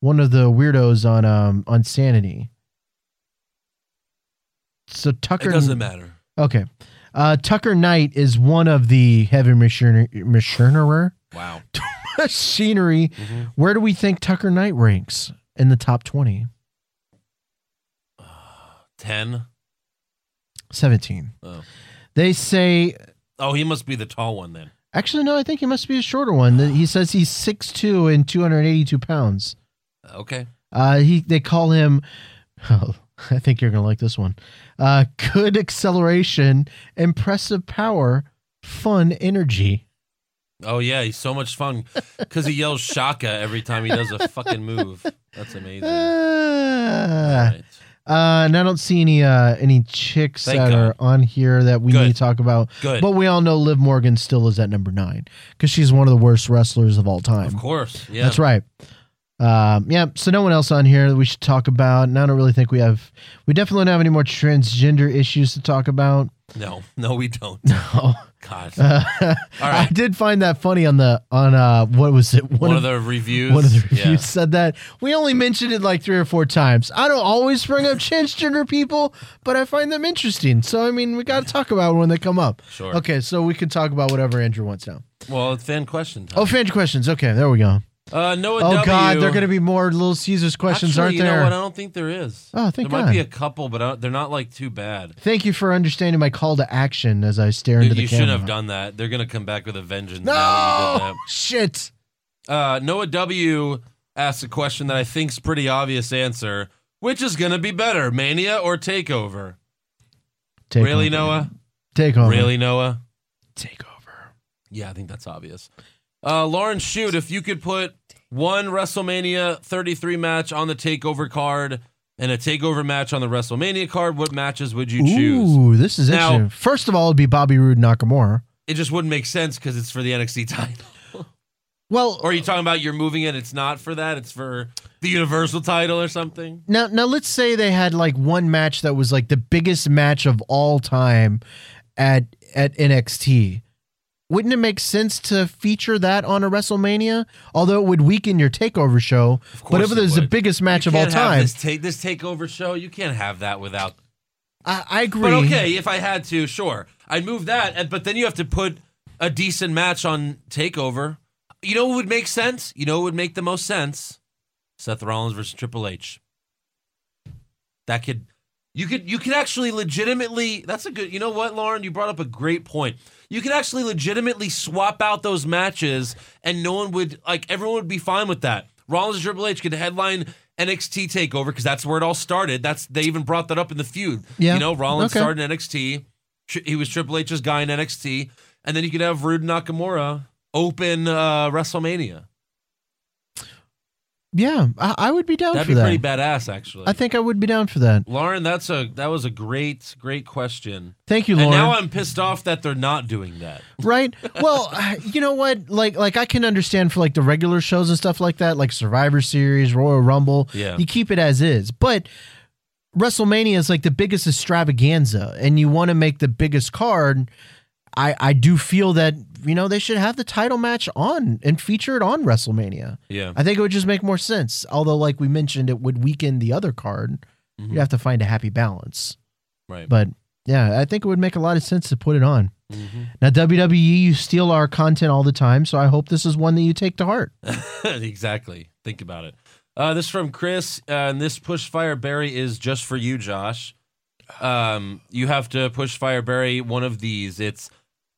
C: one of the weirdos on um on Sanity. So Tucker
B: It doesn't matter.
C: Okay. Uh Tucker Knight is one of the heavy machinery machinerer
B: Wow.
C: machinery. Where do we think Tucker Knight ranks in the top 20?
B: Ten.
C: 17.
B: Oh.
C: They say
B: Oh, he must be the tall one then.
C: actually no, I think he must be a shorter one. He says he's 6'2 and 282 pounds.
B: Okay.
C: Uh, he they call him. Oh, I think you're gonna like this one. Uh, good acceleration, impressive power, fun energy.
B: Oh yeah, he's so much fun because he yells "Shaka" every time he does a fucking move. That's amazing.
C: Uh, Ah.
B: Right.
C: Uh, and I don't see any uh, any chicks
B: Thank
C: that
B: God.
C: are on here that we
B: Good.
C: need to talk about.
B: Good.
C: But we all know Liv Morgan still is at number nine because she's one of the worst wrestlers of all time.
B: Of course. Yeah.
C: That's right. Um, yeah, so no one else on here that we should talk about. And I don't really think we have, we definitely don't have any more transgender issues to talk about.
B: No, no, we don't.
C: No.
B: God.
C: Uh, I
B: right.
C: did find that funny on the on uh what was it
B: one, of the reviews.
C: one of the
B: Yeah.
C: reviews said that we only mentioned it like three or four times. I don't always bring up transgender people, but I find them interesting. So I mean, we got to talk about it when they come up.
B: Sure.
C: Okay, so we can talk about whatever Andrew wants now.
B: Well, it's fan question time.
C: Oh, fan questions. Okay, there we go.
B: uh, Noah
C: Oh
B: W.
C: God, there are going to be more Little Caesars questions,
B: Actually,
C: aren't
B: you know
C: there?
B: what? I don't think there is.
C: Oh, thank
B: there
C: God.
B: might be a couple, but I don't, they're not like too bad.
C: Thank you for understanding my call to action as I stare into
B: Dude,
C: the
B: you
C: camera.
B: should have done that. They're gonna come back with a vengeance.
C: No
B: Now that you did
C: shit.
B: that. Uh, Noah W. asked a question that I think's pretty obvious answer. Which is gonna be better, Mania or Takeover?
C: Take
B: really,
C: over.
B: Noah?
C: Take over.
B: Really, Noah?
C: Take over.
B: Yeah, I think that's obvious. Uh, Lauren Shoot, if you could put one WrestleMania 33 match on the Takeover card and a Takeover match on the WrestleMania card, what matches would you choose?
C: Ooh, this is
B: Now-
C: interesting. First of all, it'd be Bobby Roode Nakamura.
B: It just wouldn't make sense because it's for the NXT title.
C: Well,
B: Or are you talking about you're moving it? It's not for that. It's for the Universal title or something.
C: now now let's say they had like one match that was like the biggest match of all time at at NXT. Wouldn't it make sense to feature that on a WrestleMania? Although it would weaken your takeover show.
B: Of course
C: But if
B: it
C: it was the
B: would.
C: biggest match
B: You
C: of all
B: can't have
C: time,
B: This, take, this takeover show, you can't have that without.
C: I, I agree.
B: But okay, if I had to, sure, I'd move that. and- But then you have to put a decent match on takeover. You know what would make sense? You know what would make the most sense? Seth Rollins versus Triple H. That could you could you could actually legitimately that's a good you know what Lauren you brought up a great point. You could actually legitimately swap out those matches and no one would like everyone would be fine with that. Rollins and Triple H could headline NXT Takeover because that's where it all started. That's they even brought that up in the feud.
C: Yeah.
B: You know, Rollins
C: Okay.
B: started in NXT. Tr- He was Triple H's guy in NXT and then you could have Rude Nakamura open uh WrestleMania.
C: Yeah, I, I would be down
B: That'd
C: for
B: be
C: that.
B: pretty badass, actually.
C: I think I would be down for that.
B: Lauren, that's a that was a great great question.
C: Thank you,
B: And
C: Lauren.
B: now I'm pissed off that they're not doing that.
C: right? Well, uh, you know what? Like, like I can understand for like the regular shows and stuff like that, like Survivor Series, Royal Rumble.
B: Yeah.
C: you keep it as is, but WrestleMania is like the biggest extravaganza, and you want to make the biggest card. I I do feel that you know they should have the title match on and feature it on WrestleMania.
B: Yeah.
C: I think it would just make more sense. Although, like we mentioned, it would weaken the other card.
B: Mhm.
C: You have to find a happy balance.
B: Right.
C: But yeah, I think it would make a lot of sense to put it on.
B: Mhm.
C: Now, WWE, you steal our content all the time, so I hope this is one that you take to heart.
B: exactly. Think about it. Uh, this is from Chris, uh, and this push fire berry is just for you, Josh. Um, you have to push fire berry one of these. It's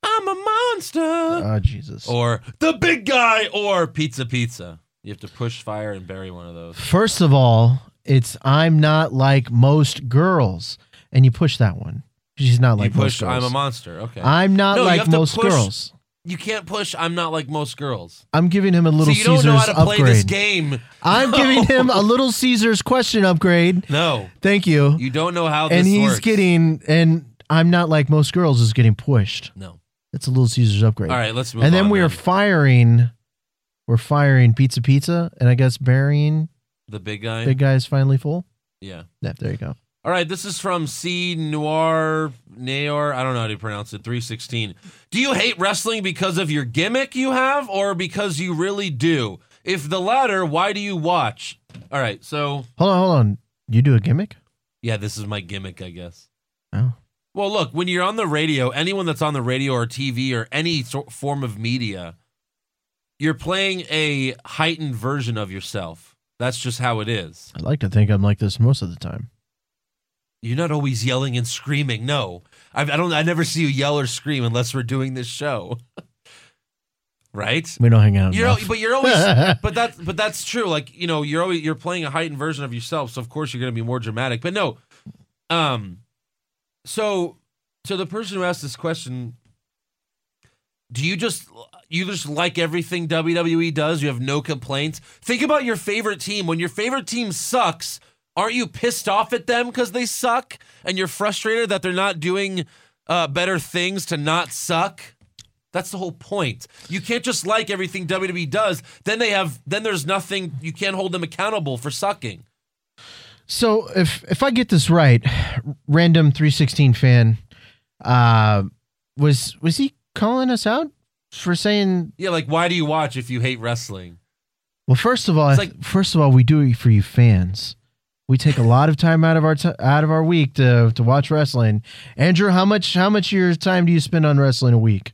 B: I'm a monster,
C: Oh, Jesus.
B: or the big guy, or pizza pizza. You have to push fire and bury one of those.
C: First of all, it's I'm not like most girls. And you push that one. She's not like
B: you push
C: most girls.
B: I'm a monster. Okay.
C: I'm not
B: No, you
C: like
B: have to
C: most
B: push-
C: girls.
B: you can't push. I'm not like most girls.
C: I'm giving him a Little
B: so you don't
C: Caesars
B: know how to
C: upgrade.
B: play this game.
C: I'm giving him a Little Caesars question upgrade.
B: No,
C: Thank you.
B: you don't know how.
C: and
B: this
C: he's
B: works.
C: getting, and I'm not like most girls is getting pushed.
B: no.
C: That's a Little Caesars upgrade.
B: All right, let's move.
C: and then
B: on
C: we are firing we're firing pizza pizza and i guess burying
B: the big guy.
C: big guy is finally full
B: yeah.
C: yeah, there you go
B: All right, this is from C Noir Naor. I don't know how to pronounce it. Three sixteen. Do you hate wrestling because of your gimmick you have, or because you really do? If the latter, why do you watch? All right, so
C: hold on hold on you do a gimmick
B: yeah, this is my gimmick, I guess.
C: oh
B: Well, look, when you're on the radio, anyone that's on the radio or TV or any sort form of media, you're playing a heightened version of yourself. That's just how it is.
C: i like to think i'm like this most of the time
B: You're not always yelling and screaming. No, I, I don't. I never see you yell or scream unless we're doing this show, right?
C: we don't hang out
B: You're, al-
C: enough.
B: but you're always. But that's but that's true. Like you know, you're always you're playing a heightened version of yourself, so of course you're going to be more dramatic. But no, um, so so the person who asked this question, do you just you just like everything WWE does? You have no complaints. Think about your favorite team. When your favorite team sucks, aren't you pissed off at them because they suck, and you're frustrated that they're not doing uh, better things to not suck? That's the whole point. You can't just like everything WWE does. Then they have then there's nothing you can't hold them accountable for sucking.
C: so if if i get this right random 316 fan uh was was he calling us out for saying
B: Yeah, like why do you watch if you hate wrestling?
C: well first of all
B: It's
C: I-
B: like-
C: first of all we do it for you fans we take a lot of time out of our t- out of our week to to watch wrestling. Andrew, how much how much of your time do you spend on wrestling a week?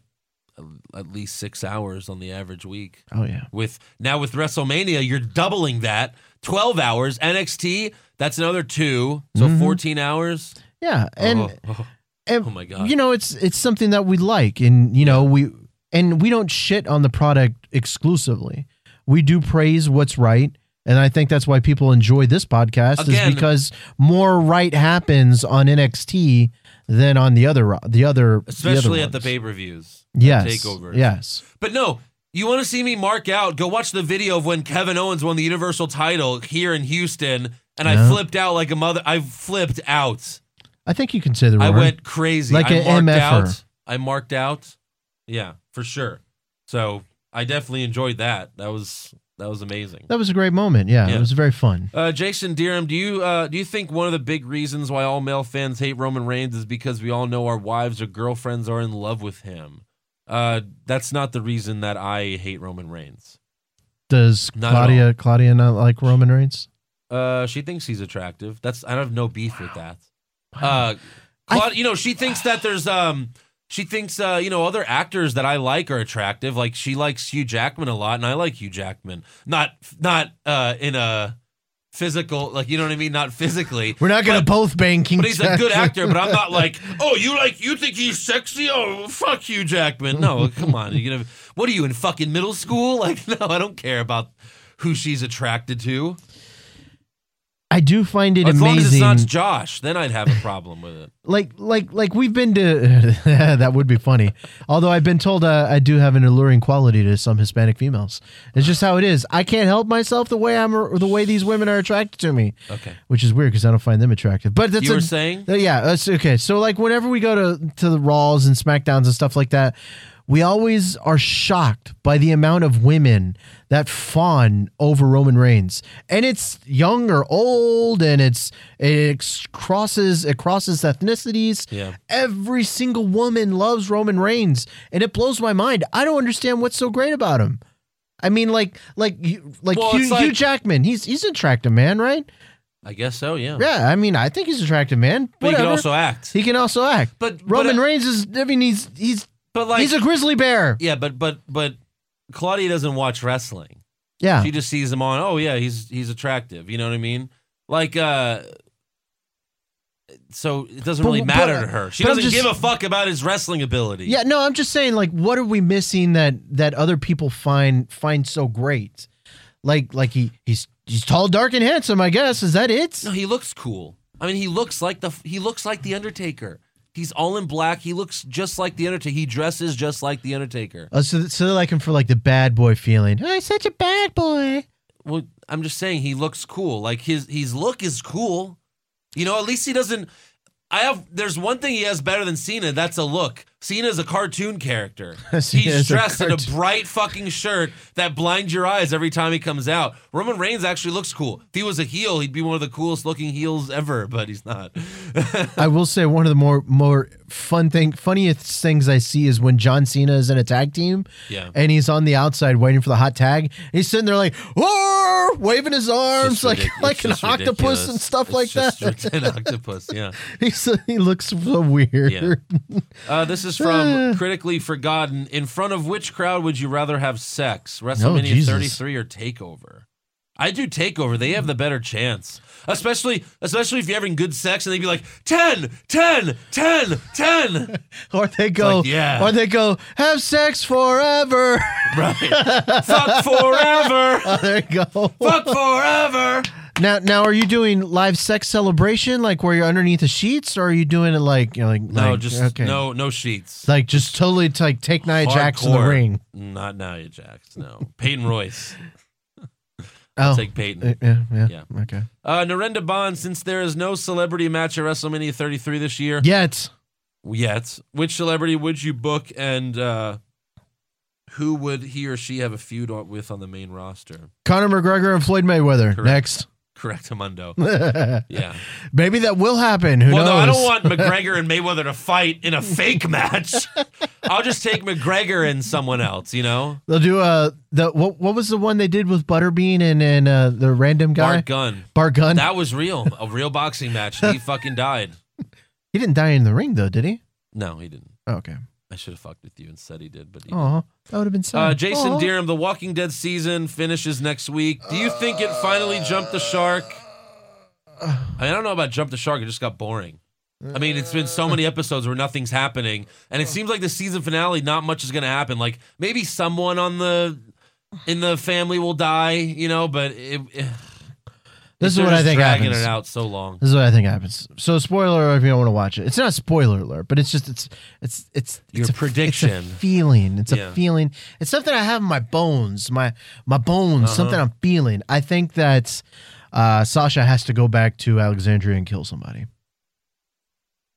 B: At least 6 hours on the average week.
C: Oh yeah,
B: With now with WrestleMania, you're doubling that. 12 hours NXT, that's another 2, so
C: Mhm.
B: 14 hours.
C: yeah, and
B: oh, oh,
C: and
B: oh my god.
C: you know it's it's something that we like, and you know we and we don't shit on the product exclusively. We do praise what's right, and I think that's why people enjoy this podcast
B: Again-
C: is because more right happens on NXT than on the other ro- the other
B: Especially at the
C: ones.
B: pay-per-views.
C: yes
B: takeovers.
C: yes
B: But no, you want to see me mark out? Go watch the video of when Kevin Owens won the Universal title here in Houston, and I
C: Yeah.
B: flipped out like a mother. I flipped out.
C: I think you can say the
B: I
C: word.
B: went crazy.
C: Like
B: I
C: a
B: marked
C: MFR.
B: out. I marked out. Yeah, for sure. So I definitely enjoyed that. That was that was amazing.
C: That was a great moment. Yeah,
B: Yeah.
C: it was very fun.
B: Uh, Jason Deerham, do you uh, do you think one of the big reasons why all male fans hate Roman Reigns is because we all know our wives or girlfriends are in love with him? Uh, that's not the reason that I hate Roman Reigns.
C: Does
B: Not at
C: Claudia Claudia not like Roman Reigns?
B: Uh, she thinks he's attractive. That's I have no beef with that. Uh, Claud- you know, she thinks that there's um, she thinks uh, you know, other actors that I like are attractive. Like she likes Hugh Jackman a lot, and I like Hugh Jackman. Not not uh in a physical, like you know what I mean. Not physically.
C: We're not going to both bang King.
B: But he's a good
C: Jackson.
B: actor. But I'm not like, oh, you like you think he's sexy? Oh, fuck Hugh Jackman. No, come on. You gonna what are you in fucking middle school? Like, no, I don't care about who she's attracted to.
C: I do find it
B: As long as it's
C: amazing.
B: not Josh, then I'd have a problem with it.
C: like like like we've been to that would be funny although i've been told uh, i do have an alluring quality to some hispanic females it's just how it is i can't help myself the way i'm or the way these women are attracted to me
B: Okay.
C: which is weird because i don't find them attractive but that's
B: You were
C: a-
B: saying?
C: uh, yeah that's okay so like whenever we go to to the raws and smackdowns and stuff like that we always are shocked by the amount of women that fawn over Roman Reigns, and it's young or old, and it's it ex- crosses it crosses ethnicities.
B: Yeah.
C: Every single woman loves Roman Reigns, and it blows my mind. I don't understand what's so great about him. I mean, like, like, you- like,
B: Well,
C: Hugh,
B: it's like-
C: Hugh Jackman. He's he's an attractive man, right?
B: I guess so, yeah.
C: Yeah, I mean, I think he's an attractive man.
B: But he
C: Whatever.
B: can also act.
C: he can also act.
B: But- but,
C: Roman
B: uh,
C: Reigns is. I mean, he's he's
B: but like
C: he's a grizzly bear.
B: Yeah, but but but Claudia doesn't watch wrestling.
C: Yeah,
B: She just sees him on, oh yeah, he's he's attractive. You know what I mean? Like uh so it doesn't
C: But-
B: really
C: but-
B: matter to her. She
C: but I'm
B: doesn't
C: just-
B: give a fuck about his wrestling ability.
C: yeah. No, I'm just saying, like, what are we missing that that other people find find so great? Like, like he he's he's tall, dark, and handsome. I guess is that it?
B: No, he looks cool. I mean, he looks like the he looks like the Undertaker. He's all in black. He looks just like the Undertaker. He dresses just like the Undertaker.
C: Oh, so, so they like him for like the bad boy feeling. Oh, he's such a bad boy.
B: Well, I'm just saying he looks cool. Like his his look is cool. You know, at least he doesn't. I have. There's one thing he has better than Cena. That's a look. Cena's a cartoon character.
C: Cena
B: He's
C: is a
B: dressed in a
C: cartoon-
B: bright fucking shirt that blinds your eyes every time he comes out. Roman Reigns actually looks cool. If he was a heel, he'd be one of the coolest looking heels ever. But he's not.
C: I will say one of the more more fun thing, funniest things I see is when John Cena is in a tag team.
B: Yeah.
C: and he's on the outside waiting for the hot tag. And he's sitting there like, "Roar," waving his arms
B: It's
C: like
B: ridic-
C: like
B: it's
C: an
B: just
C: octopus
B: ridiculous.
C: and stuff
B: It's
C: like
B: just
C: that.
B: rid- An octopus. Yeah.
C: He's, he looks so weird.
B: Yeah. Uh, this is from Critically Forgotten. In front of which crowd would you rather have sex? WrestleMania
C: Oh, Jesus.
B: 33 or Takeover? I do Takeover. They have the better chance. Especially especially if you're having good sex and they'd be like 10, 10, 10, 10.
C: Or they go,
B: like, yeah.
C: Or they go, have sex forever.
B: right. Fuck forever.
C: there you go.
B: Fuck forever.
C: Now, now, are you doing live sex celebration like where you're underneath the sheets, or are you doing it like you know, like
B: No,
C: like,
B: just
C: okay.
B: no no sheets.
C: like just totally t- like take Nia Jax in the
B: Hardcore.
C: ring?
B: Not Nia Jax, no. Peyton Royce.
C: Oh,
B: Take Peyton.
C: Uh, yeah, yeah,
B: Yeah.
C: okay.
B: Uh, Narendra Bond, since there is no celebrity match at WrestleMania 33 this year
C: Yet,
B: yet, which celebrity would you book and uh, who would he or she have a feud on- with on the main roster?
C: Conor McGregor and Floyd Mayweather
B: Correct, Amundo.
C: next.
B: Yeah.
C: Maybe that will happen. Who
B: well,
C: knows?
B: no, I don't want McGregor and Mayweather to fight in a fake match. I'll just take McGregor and someone else, you know?
C: They'll do uh the what what was the one they did with Butterbean and and uh, the random guy
B: Bart Gunn.
C: Bart Gun.
B: That was real. A real boxing match. He fucking died.
C: he didn't die in the ring though, did he?
B: No, he didn't.
C: Oh, okay.
B: I should have fucked with you and said he did, but he
C: Oh, that would have been sad.
B: Uh, Jason
C: Aw.
B: Deerham, The Walking Dead season finishes next week. Do you think it finally jumped the shark? I don't know about jump the shark. It just got boring. I mean, it's been so many episodes where nothing's happening, and it seems like the season finale, not much is going to happen. Like maybe someone on the in the family will die, you know. But it, it,
C: This is
B: they're
C: what I
B: just
C: think
B: dragging
C: happens.
B: it out so long.
C: This is what I think happens. So spoiler alert if you don't want to watch it. It's not a spoiler alert, but it's just it's it's it's
B: Your
C: it's a,
B: prediction.
C: It's a feeling. It's
B: Yeah.
C: a feeling. It's something I have in my bones, my my bones,
B: Uh-huh.
C: something I'm feeling. I think that uh, Sasha has to go back to Alexandria and kill somebody.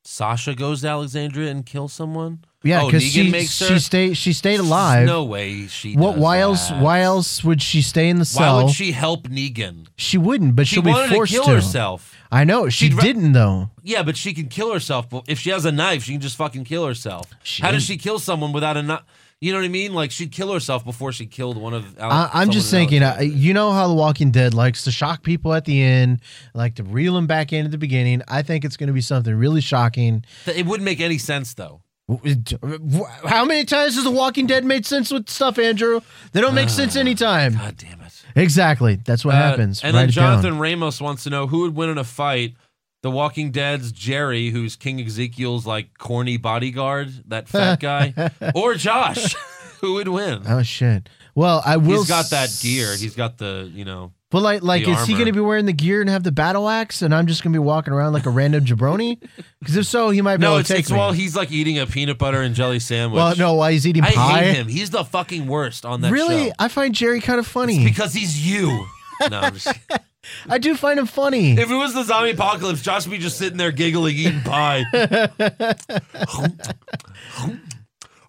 B: Sasha goes to Alexandria and kills someone.
C: Yeah,
B: Oh,
C: because
B: Negan
C: she
B: makes her-
C: she stayed she stayed alive.
B: No way. She.
C: What?
B: does
C: Why else?
B: that.
C: Why else would she stay in the
B: Why
C: cell?
B: would she help Negan?
C: She wouldn't, but
B: She
C: she'll
B: wanted
C: be forced
B: to kill herself.
C: I know she
B: She'd ra-
C: didn't though.
B: Yeah, but she can kill herself. But If she has a knife, she can just fucking kill herself.
C: She
B: How does
C: didn't-
B: she kill someone without a knife? You know what I mean? Like she'd kill herself before she killed one of. Al-
C: I, I'm just
B: someone in
C: thinking. Uh,
B: Alexandria.
C: you know how The Walking Dead likes to shock people at the end, like to reel them back in at the beginning. I think it's going to be something really shocking.
B: Th- it wouldn't make any sense though.
C: How many times has The Walking Dead made sense with stuff, Andrew? They don't make sense anytime.
B: God damn it!
C: Exactly. That's what
B: Uh,
C: happens.
B: And
C: Write
B: then
C: it down.
B: Jonathan Ramos wants to know who would win in a fight: The Walking Dead's Jerry, who's King Ezekiel's like corny bodyguard, that fat guy, or Josh, who would win?
C: Oh shit. Well, I will.
B: He's got that
C: s-
B: gear. He's got the you know
C: But like, like,
B: The
C: is he
B: armor.
C: going to be wearing the gear and have the battle axe, and I'm just going to be walking around like a random jabroni? Because if so, he might be
B: No,
C: able
B: it's,
C: to take
B: it's
C: me.
B: while he's like eating a peanut butter and jelly sandwich.
C: well, no, why he's eating
B: I
C: pie?
B: hate him. He's the fucking worst on that
C: really,
B: show.
C: I find Jerry kind of
B: It's
C: funny.
B: because he's you. No, I'm just,
C: I do find him funny.
B: if it was the zombie apocalypse, Josh would be just sitting there giggling, eating pie.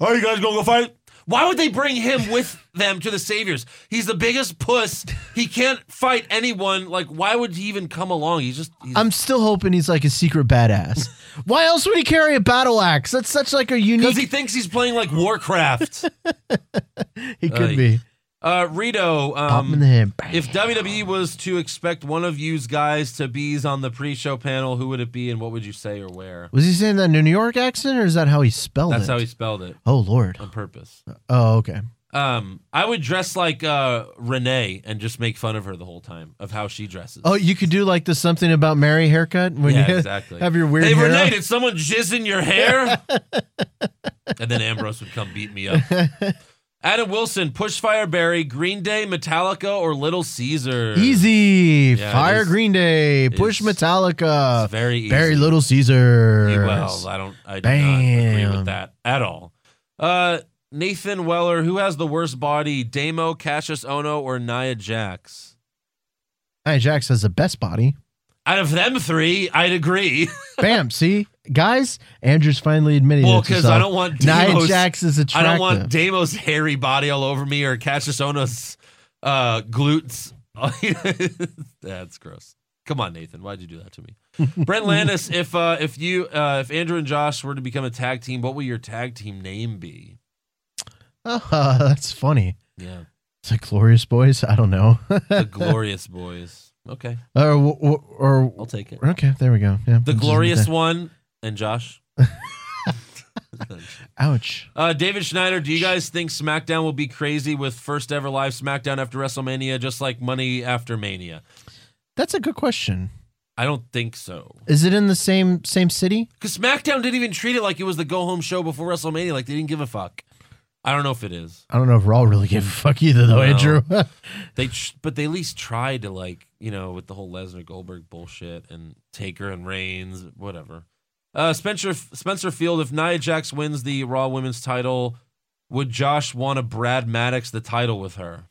B: Are you guys gonna go fight? Why would they bring him with them to the saviors? He's the biggest puss. He can't fight anyone. Like, why would he even come along? He's just. He's,
C: I'm still hoping he's like a secret badass. Why else would he carry a battle axe? That's such like a unique.
B: because he thinks he's playing like Warcraft.
C: he could
B: Uh,
C: be.
B: Uh, Rito,
C: Pop him in
B: um,
C: the head. Bang.
B: if WWE was to expect one of you guys to be on the pre-show panel, who would it be, and what would you say or where?
C: was he saying that in a New York accent, or is that how he spelled
B: That's
C: it?
B: how he spelled it
C: oh Lord.
B: on purpose.
C: Oh okay.
B: Um, I would dress like uh, Renee and just make fun of her the whole time of how she dresses.
C: Oh, you could do like the something about Mary haircut when
B: yeah,
C: you
B: exactly.
C: have your weird
B: Hey,
C: hair.
B: Renee,
C: up.
B: did someone jizz in your hair? and then Ambrose would come beat me up. Adam Wilson, Pushfire Barry, Green Day, Metallica, or Little Caesar?
C: Easy.
B: Yeah, it
C: Fire
B: is-
C: Green Day. Push
B: is-
C: Metallica.
B: It's very easy.
C: Very Little Caesar.
B: Well, I don't. I do not agree
C: Bam.
B: with that at all. Uh, Nathan Weller, who has the worst body, Damo, Cassius Ono, or Nia Jax?
C: Nia Jax has the best body.
B: Out of them three, I'd agree.
C: Bam. See, guys, Andrew's finally admitting
B: well,
C: it to
B: because I
C: self.
B: don't want
C: Nia
B: Damo's,
C: Jax is
B: I
C: attractive.
B: don't want Damo's hairy body all over me or Cassius Ono's uh, glutes. That's gross. Come on, Nathan. Why'd you do that to me? Brent Landis, if uh, if you uh, if Andrew and Josh were to become a tag team, what would your tag team name be?
C: Ah, that's funny.
B: Yeah.
C: It's like Glorious Boys. I don't know.
B: The Glorious Boys. Okay,
C: or, w- w- or,
B: I'll take it.
C: okay, there we go. Yeah.
B: The Glorious One and Josh.
C: Ouch.
B: Uh, David Schneider, do you guys think SmackDown will be crazy with first ever live SmackDown after WrestleMania, just like Money after Mania?
C: That's a good question.
B: I don't think so.
C: Is it in the same same city?
B: Because SmackDown didn't even treat it like it was the go home show before WrestleMania. Like they didn't give a fuck. I don't know if it is.
C: I don't know if Raw really gave a fuck either, though,
B: No.
C: Andrew.
B: They, tr- but they at least tried to like you know with the whole Lesnar Goldberg bullshit and Taker and Reigns whatever. Uh, Spencer Spencer Field, if Nia Jax wins the Raw Women's title, would Josh want to Brad Maddox the title with her?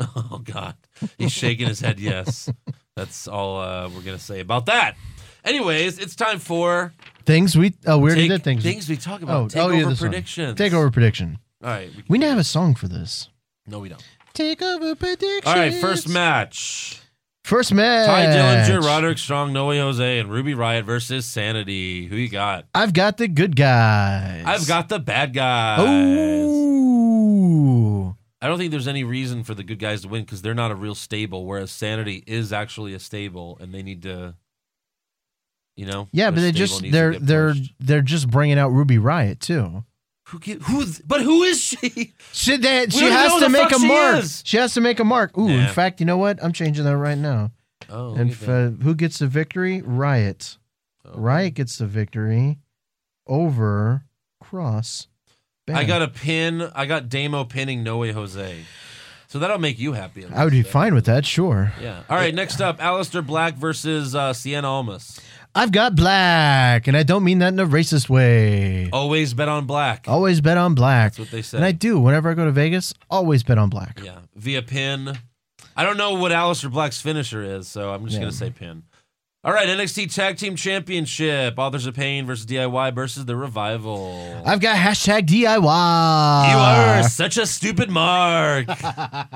B: Oh God, he's shaking his head. Yes, that's all uh, we're gonna say about that. Anyways, it's time for
C: things we oh we already
B: take-
C: did things.
B: we talk
C: Oh,
B: about.
C: oh, yeah,
B: takeover
C: this one.
B: predictions.
C: Takeover prediction.
B: All right, we,
C: We need to have a song for this.
B: no, we don't.
C: Takeover prediction.
B: All right, first match.
C: First match.
B: Ty Dillinger, Roderick Strong, Noe Jose, and Ruby Riot versus Sanity. Who you got?
C: I've got the good guys.
B: I've got the bad guys.
C: Oh.
B: I don't think there's any reason for the good guys to win because they're not a real stable, whereas Sanity is actually a stable, and they need to, you know.
C: Yeah,
B: their
C: but they
B: stable
C: just
B: needs to
C: they're
B: get
C: they're
B: pushed.
C: they're just bringing out Ruby Riot too.
B: who get, who's but who is she?
C: She, they, she
B: don't know
C: has to
B: who the
C: make
B: fuck
C: a
B: she
C: mark.
B: is.
C: She has to make a mark. Ooh, in
B: Nah.
C: fact, you know what? I'm changing that right now.
B: Oh,
C: and
B: look at
C: f-
B: that.
C: uh, who gets the victory? Riot.
B: Okay.
C: Riot gets the victory over Cross.
B: I
C: Bam.
B: got a pin. I got Damo pinning Noe Jose. So that'll make you happy. at
C: I would be
B: least, yeah.
C: fine with that, sure.
B: Yeah. All right. Next up, Alistair Black versus uh, Sienna Almas.
C: I've got black, and I don't mean that in a racist way.
B: Always bet on black.
C: Always bet on black.
B: Oh. That's what they say.
C: Oh. And I do. Whenever I go to Vegas, always bet on black.
B: yeah. Via pin. I don't know what Alistair Black's finisher is, so I'm just
C: Yeah.
B: gonna say pin. All right. NXT Tag Team Championship: Authors of Pain versus DIY versus The Revival.
C: I've got hashtag DIY.
B: you are such a stupid mark.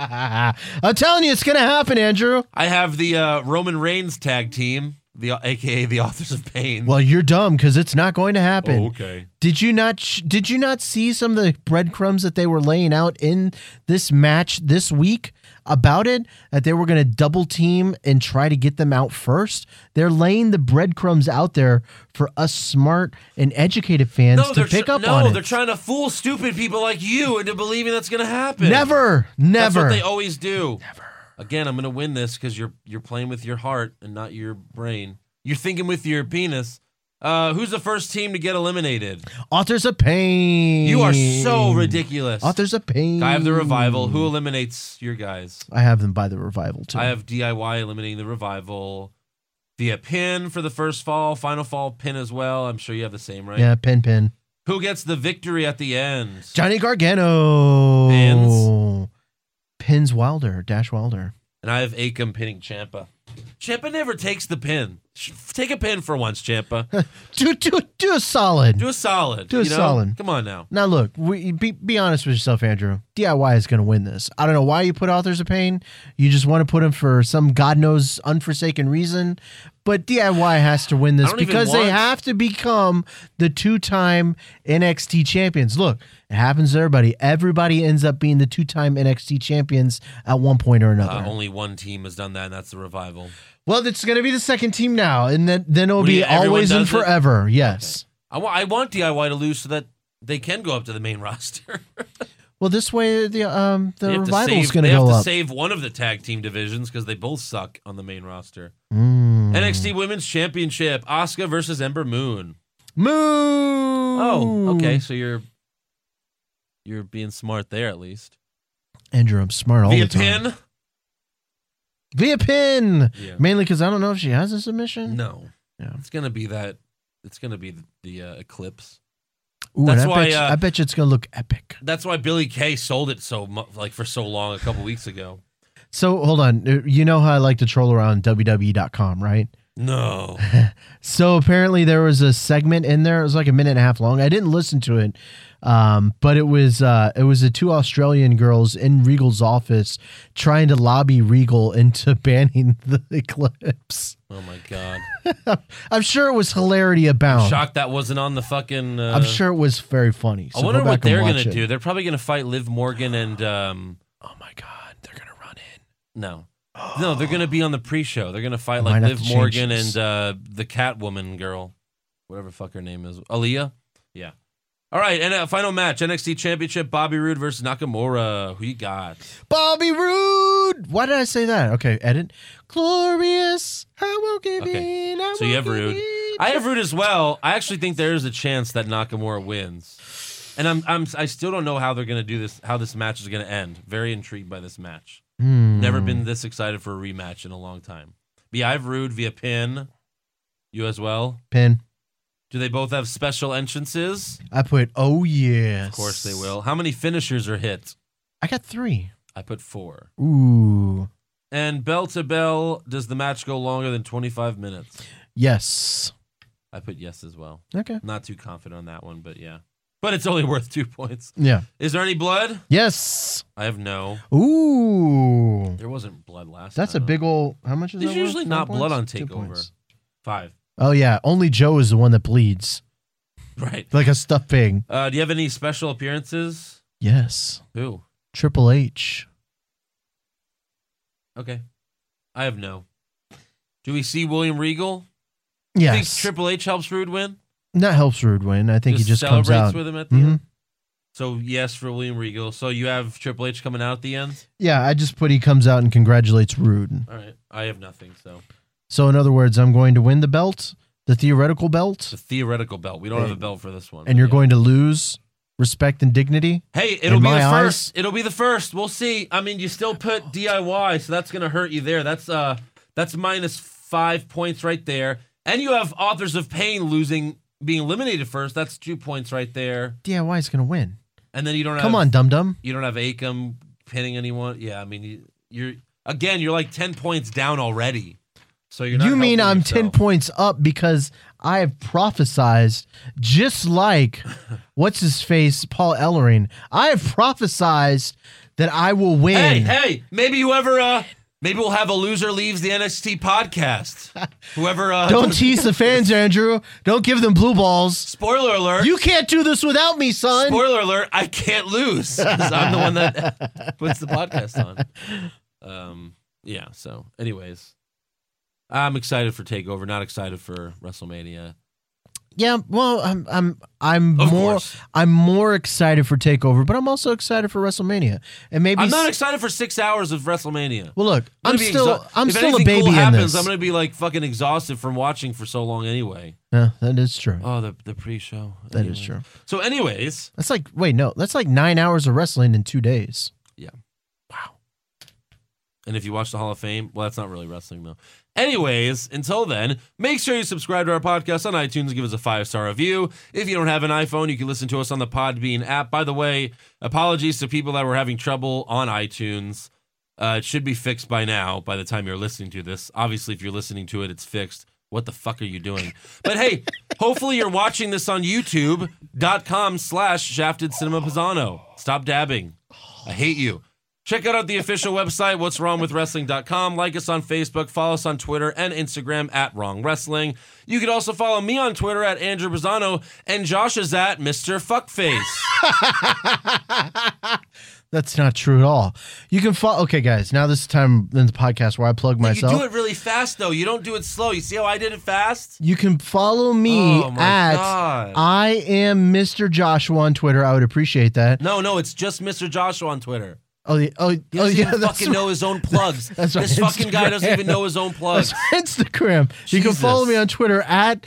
C: I'm telling you, it's gonna happen, Andrew.
B: I have the uh, Roman Reigns tag team, the aka the Authors of Pain.
C: Well, you're dumb because it's not going to happen.
B: Oh, okay.
C: Did you not? Sh- did you not see some of the breadcrumbs that they were laying out in this match this week about it? That they were going to double team and try to get them out first. They're laying the breadcrumbs out there for us smart and educated fans to
B: they're
C: pick
B: tr-
C: up
B: no,
C: on
B: they're
C: it.
B: trying to fool stupid people like you into believing that's going to happen.
C: Never,
B: That's
C: never.
B: what they always do. Never. Again, I'm going to win this because you're you're playing with your heart and not your brain. You're thinking with your penis Uh, who's the first team to get eliminated?
C: Authors of Pain.
B: You are so ridiculous.
C: Authors of Pain.
B: I have the revival. Who eliminates your guys?
C: I have them by the revival too.
B: I have DIY eliminating the revival. Via pin for the first fall, final fall pin as well. I'm sure you have the same, right?
C: Yeah, pin pin.
B: Who gets the victory at the end?
C: Johnny Gargano.
B: Pins.
C: Pins Wilder. Dash Wilder.
B: and I have Akam pinning Champa. Champa never takes the pin. Sh- Take a pin for once, Champa.
C: Do do do a solid.
B: Do a solid.
C: Do a
B: you know?
C: solid.
B: Come on now.
C: now look, we, be be honest with yourself, Andrew. DIY is going to win this. I don't know why you put Authors of Pain. You just want to put him for some god knows unforsaken reason, but DIY has to win
B: I
C: this
B: don't even
C: because they
B: want-
C: have to become the two-time NXT champions. Look, it happens to everybody. Everybody ends up being the two-time NXT champions at one point or another.
B: Uh, only one team has done that, and that's the revival.
C: Well, it's going to be the second team now, and then then it'll
B: What do
C: be
B: you- everyone
C: always and
B: does it?
C: forever. Yes.
B: I, wa- I want DIY to lose so that they can go up to the main roster.
C: Well, this way the um
B: They
C: the
B: have to
C: revival's
B: save-
C: going to
B: They
C: go
B: have to
C: up.
B: save one of the tag team divisions because they both suck on the main roster.
C: Mm.
B: NXT Women's Championship: Asuka versus Ember Moon.
C: Moo.
B: Oh,
C: Oh,
B: okay. So you're you're being smart there at least.
C: Andrew, I'm smart all
B: Via
C: the time.
B: pin?
C: Via pin.
B: Yeah.
C: Mainly because I don't know if she has a submission.
B: No.
C: Yeah.
B: It's gonna be that. It's gonna be the, the uh, eclipse.
C: Ooh,
B: That's
C: and I,
B: why,
C: bet you,
B: uh,
C: I bet you it's going to look epic.
B: That's why Billy Kay sold it so mu- like for so long a couple weeks ago.
C: So hold on. Uh, You know how I like to troll around WWE.com, right?
B: No.
C: So apparently there was a segment in there. It was like a minute and a half long. I didn't listen to it, um, but it was uh, it was the two Australian girls in Regal's office trying to lobby Regal into banning the eclipse.
B: Oh my god.
C: I'm sure it was hilarity abound.
B: Shocked that wasn't on the fucking. Uh,
C: Oh. I'm sure it was very funny. So
B: I wonder
C: go back
B: what they're
C: and
B: gonna
C: watch it.
B: do. They're probably gonna fight Liv Morgan and um.
C: Oh my god, they're gonna run in.
B: No. No, they're gonna be on the pre-show. They're gonna fight
C: Might
B: like
C: have
B: Liv
C: to change
B: Morgan
C: this.
B: and uh, the Catwoman girl, whatever the fuck her name is, Aaliyah. Yeah. All right, and uh, final match: NXT Championship, Bobby Roode versus Nakamura. Who you got?
C: Bobby Roode. Why did I say that? Okay, edit. Glorious. I will give
B: Okay,
C: in. I
B: so you
C: will
B: have
C: give
B: Roode.
C: in.
B: I have Root as well. I actually think there is a chance that Nakamura wins, and I'm I'm I still don't know how they're gonna do this. How this match is gonna end. Very intrigued by this match.
C: Hmm.
B: Never been this excited for a rematch in a long time. But yeah, I have Roode via pin. You as well.
C: pin.
B: Do they both have special entrances?
C: I put oh yes.
B: Of course they will. How many finishers are hit?
C: I got three.
B: I put four.
C: Ooh.
B: And bell to bell, does the match go longer than 25 minutes?
C: Yes.
B: I put yes as well.
C: Okay.
B: Not too confident on that one, but yeah. But it's only worth two points.
C: Yeah.
B: Is there any blood?
C: Yes.
B: I have no.
C: Ooh.
B: There wasn't blood last
C: That's a
B: time.
C: big old. How much is
B: Uh, There's
C: that? worth?
B: usually
C: Four
B: not blood
C: points?
B: on
C: Two
B: Takeover.
C: points.
B: Five.
C: Oh yeah, only Joe is the one that bleeds
B: Right.
C: like a stuffed pig.
B: Uh, do you have any special appearances?
C: Yes.
B: Who?
C: Triple H.
B: Okay. I have no. Do we see William Regal? You think
C: Yes.
B: Triple H helps Rude win?
C: And that helps Rude win. I think he just
B: celebrates
C: comes out.
B: with him at the
C: Mhm.
B: end. So yes for William Regal. So you have Triple H coming out at the end.
C: Yeah, I just put he comes out and congratulates Rude.
B: All right, I have nothing. So
C: So in other words, I'm going to win the belt, the theoretical
B: it's
C: belt,
B: a theoretical belt. We don't have a belt for this one.
C: and you're
B: Yeah.
C: going to lose respect and dignity.
B: Hey, it'll
C: in
B: be
C: my
B: the
C: eyes-
B: first. It'll be the first. We'll see. I mean, you still put DIY, so that's gonna hurt you there. That's uh, that's minus five points right there. And you have Authors of Pain losing, being eliminated first. That's two points right there.
C: DIY is going to win.
B: And then you don't
C: Come
B: have,
C: on, dum dum.
B: You don't have Akam pinning anyone. Yeah, I mean, you, you're again, you're like ten points down already. So you're. Not
C: You mean
B: helping
C: I'm ten
B: yourself.
C: points up because I have prophesized, just like what's his face, Paul Ellering. I have prophesized that I will win.
B: Hey, hey, maybe whoever. uh Maybe we'll have a loser leaves the NXT podcast. Whoever. Uh,
C: Don't tease the fans, Andrew. Don't give them blue balls.
B: Spoiler alert.
C: You can't do this without me, son.
B: Spoiler alert, I can't lose 'cause I'm the one that puts the podcast on. Um, yeah, so, anyways, I'm excited for TakeOver, not excited for WrestleMania.
C: Yeah, well, I'm I'm I'm
B: Of
C: more
B: course.
C: I'm more excited for Takeover, but I'm also excited for WrestleMania, and maybe
B: I'm not
C: s-
B: excited for six hours of WrestleMania.
C: well, look,
B: gonna
C: I'm
B: be
C: still
B: exha-
C: I'm
B: if
C: still a
B: anything
C: baby
B: cool
C: in
B: happens,
C: this.
B: I'm gonna be like fucking exhausted from watching for so long anyway.
C: yeah, that is true.
B: Oh, the the pre-show.
C: That is
B: Anyway.
C: true.
B: So, anyways,
C: That's like wait, no, that's like nine hours of wrestling in two days.
B: and if you watch the Hall of Fame, well, that's not really wrestling though. Anyways, until then, make sure you subscribe to our podcast on iTunes. Give us a five star review. If you don't have an iPhone, you can listen to us on the Podbean app. By the way, apologies to people that were having trouble on iTunes. Uh, it should be fixed by now, by the time you're listening to this. Obviously, if you're listening to it, it's fixed. What the fuck are you doing? But hey, hopefully you're watching this on youtube.com slash shafted cinema pisano. Stop dabbing. I hate you. Check out the official website, what's wrong with wrestling.com. Like us on Facebook, follow us on Twitter and Instagram at Wrong Wrestling. You can also follow me on Twitter at Andrew Pisano, and Josh is at Mr. Fuckface.
C: That's not true at all. You can follow. Okay, guys, now this is the time in the podcast where I plug myself.
B: You do it really fast though. You don't do it slow. You see how I did it fast?
C: You can follow me
B: Oh my
C: at
B: God.
C: I am Mr. Joshua on Twitter. I would appreciate that.
B: No, no, it's just Mr. Joshua on Twitter.
C: Oh, the- oh,
B: He
C: oh
B: doesn't
C: yeah,
B: even
C: that's
B: fucking
C: right.
B: know his own plugs.
C: That's right,
B: This fucking guy doesn't even
C: Instagram.
B: know his own
C: That's
B: plugs.
C: Instagram. You can follow
B: Jesus.
C: me on Twitter at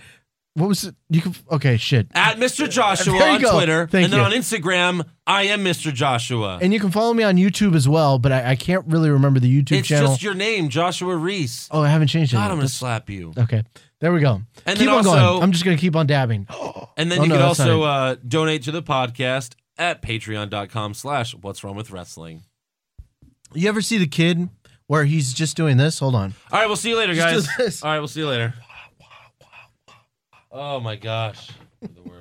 C: what was it? You can okay, shit.
B: At Mr. Joshua
C: There you
B: on
C: go.
B: Twitter.
C: Thank
B: and then
C: you.
B: on Instagram, I am Mr. Joshua.
C: And you can follow me on YouTube as well, but I, I can't really remember the YouTube
B: it's
C: channel.
B: just your name, Joshua Reese.
C: oh, I haven't changed it.
B: God,
C: yet.
B: I'm gonna
C: That's-
B: slap you.
C: Okay, there we go.
B: And
C: keep
B: then
C: on
B: also-
C: going. I'm just gonna keep on dabbing.
B: And then
C: Oh,
B: you
C: no,
B: can
C: that's not
B: also
C: it.
B: uh, donate to the podcast at patreon.com slash what's wrong with wrestling.
C: You ever see the kid where he's just doing this? Hold on.
B: All right, we'll see you later,
C: Just do
B: guys.
C: this.
B: All right, we'll see you later. Oh my gosh. You're the worst.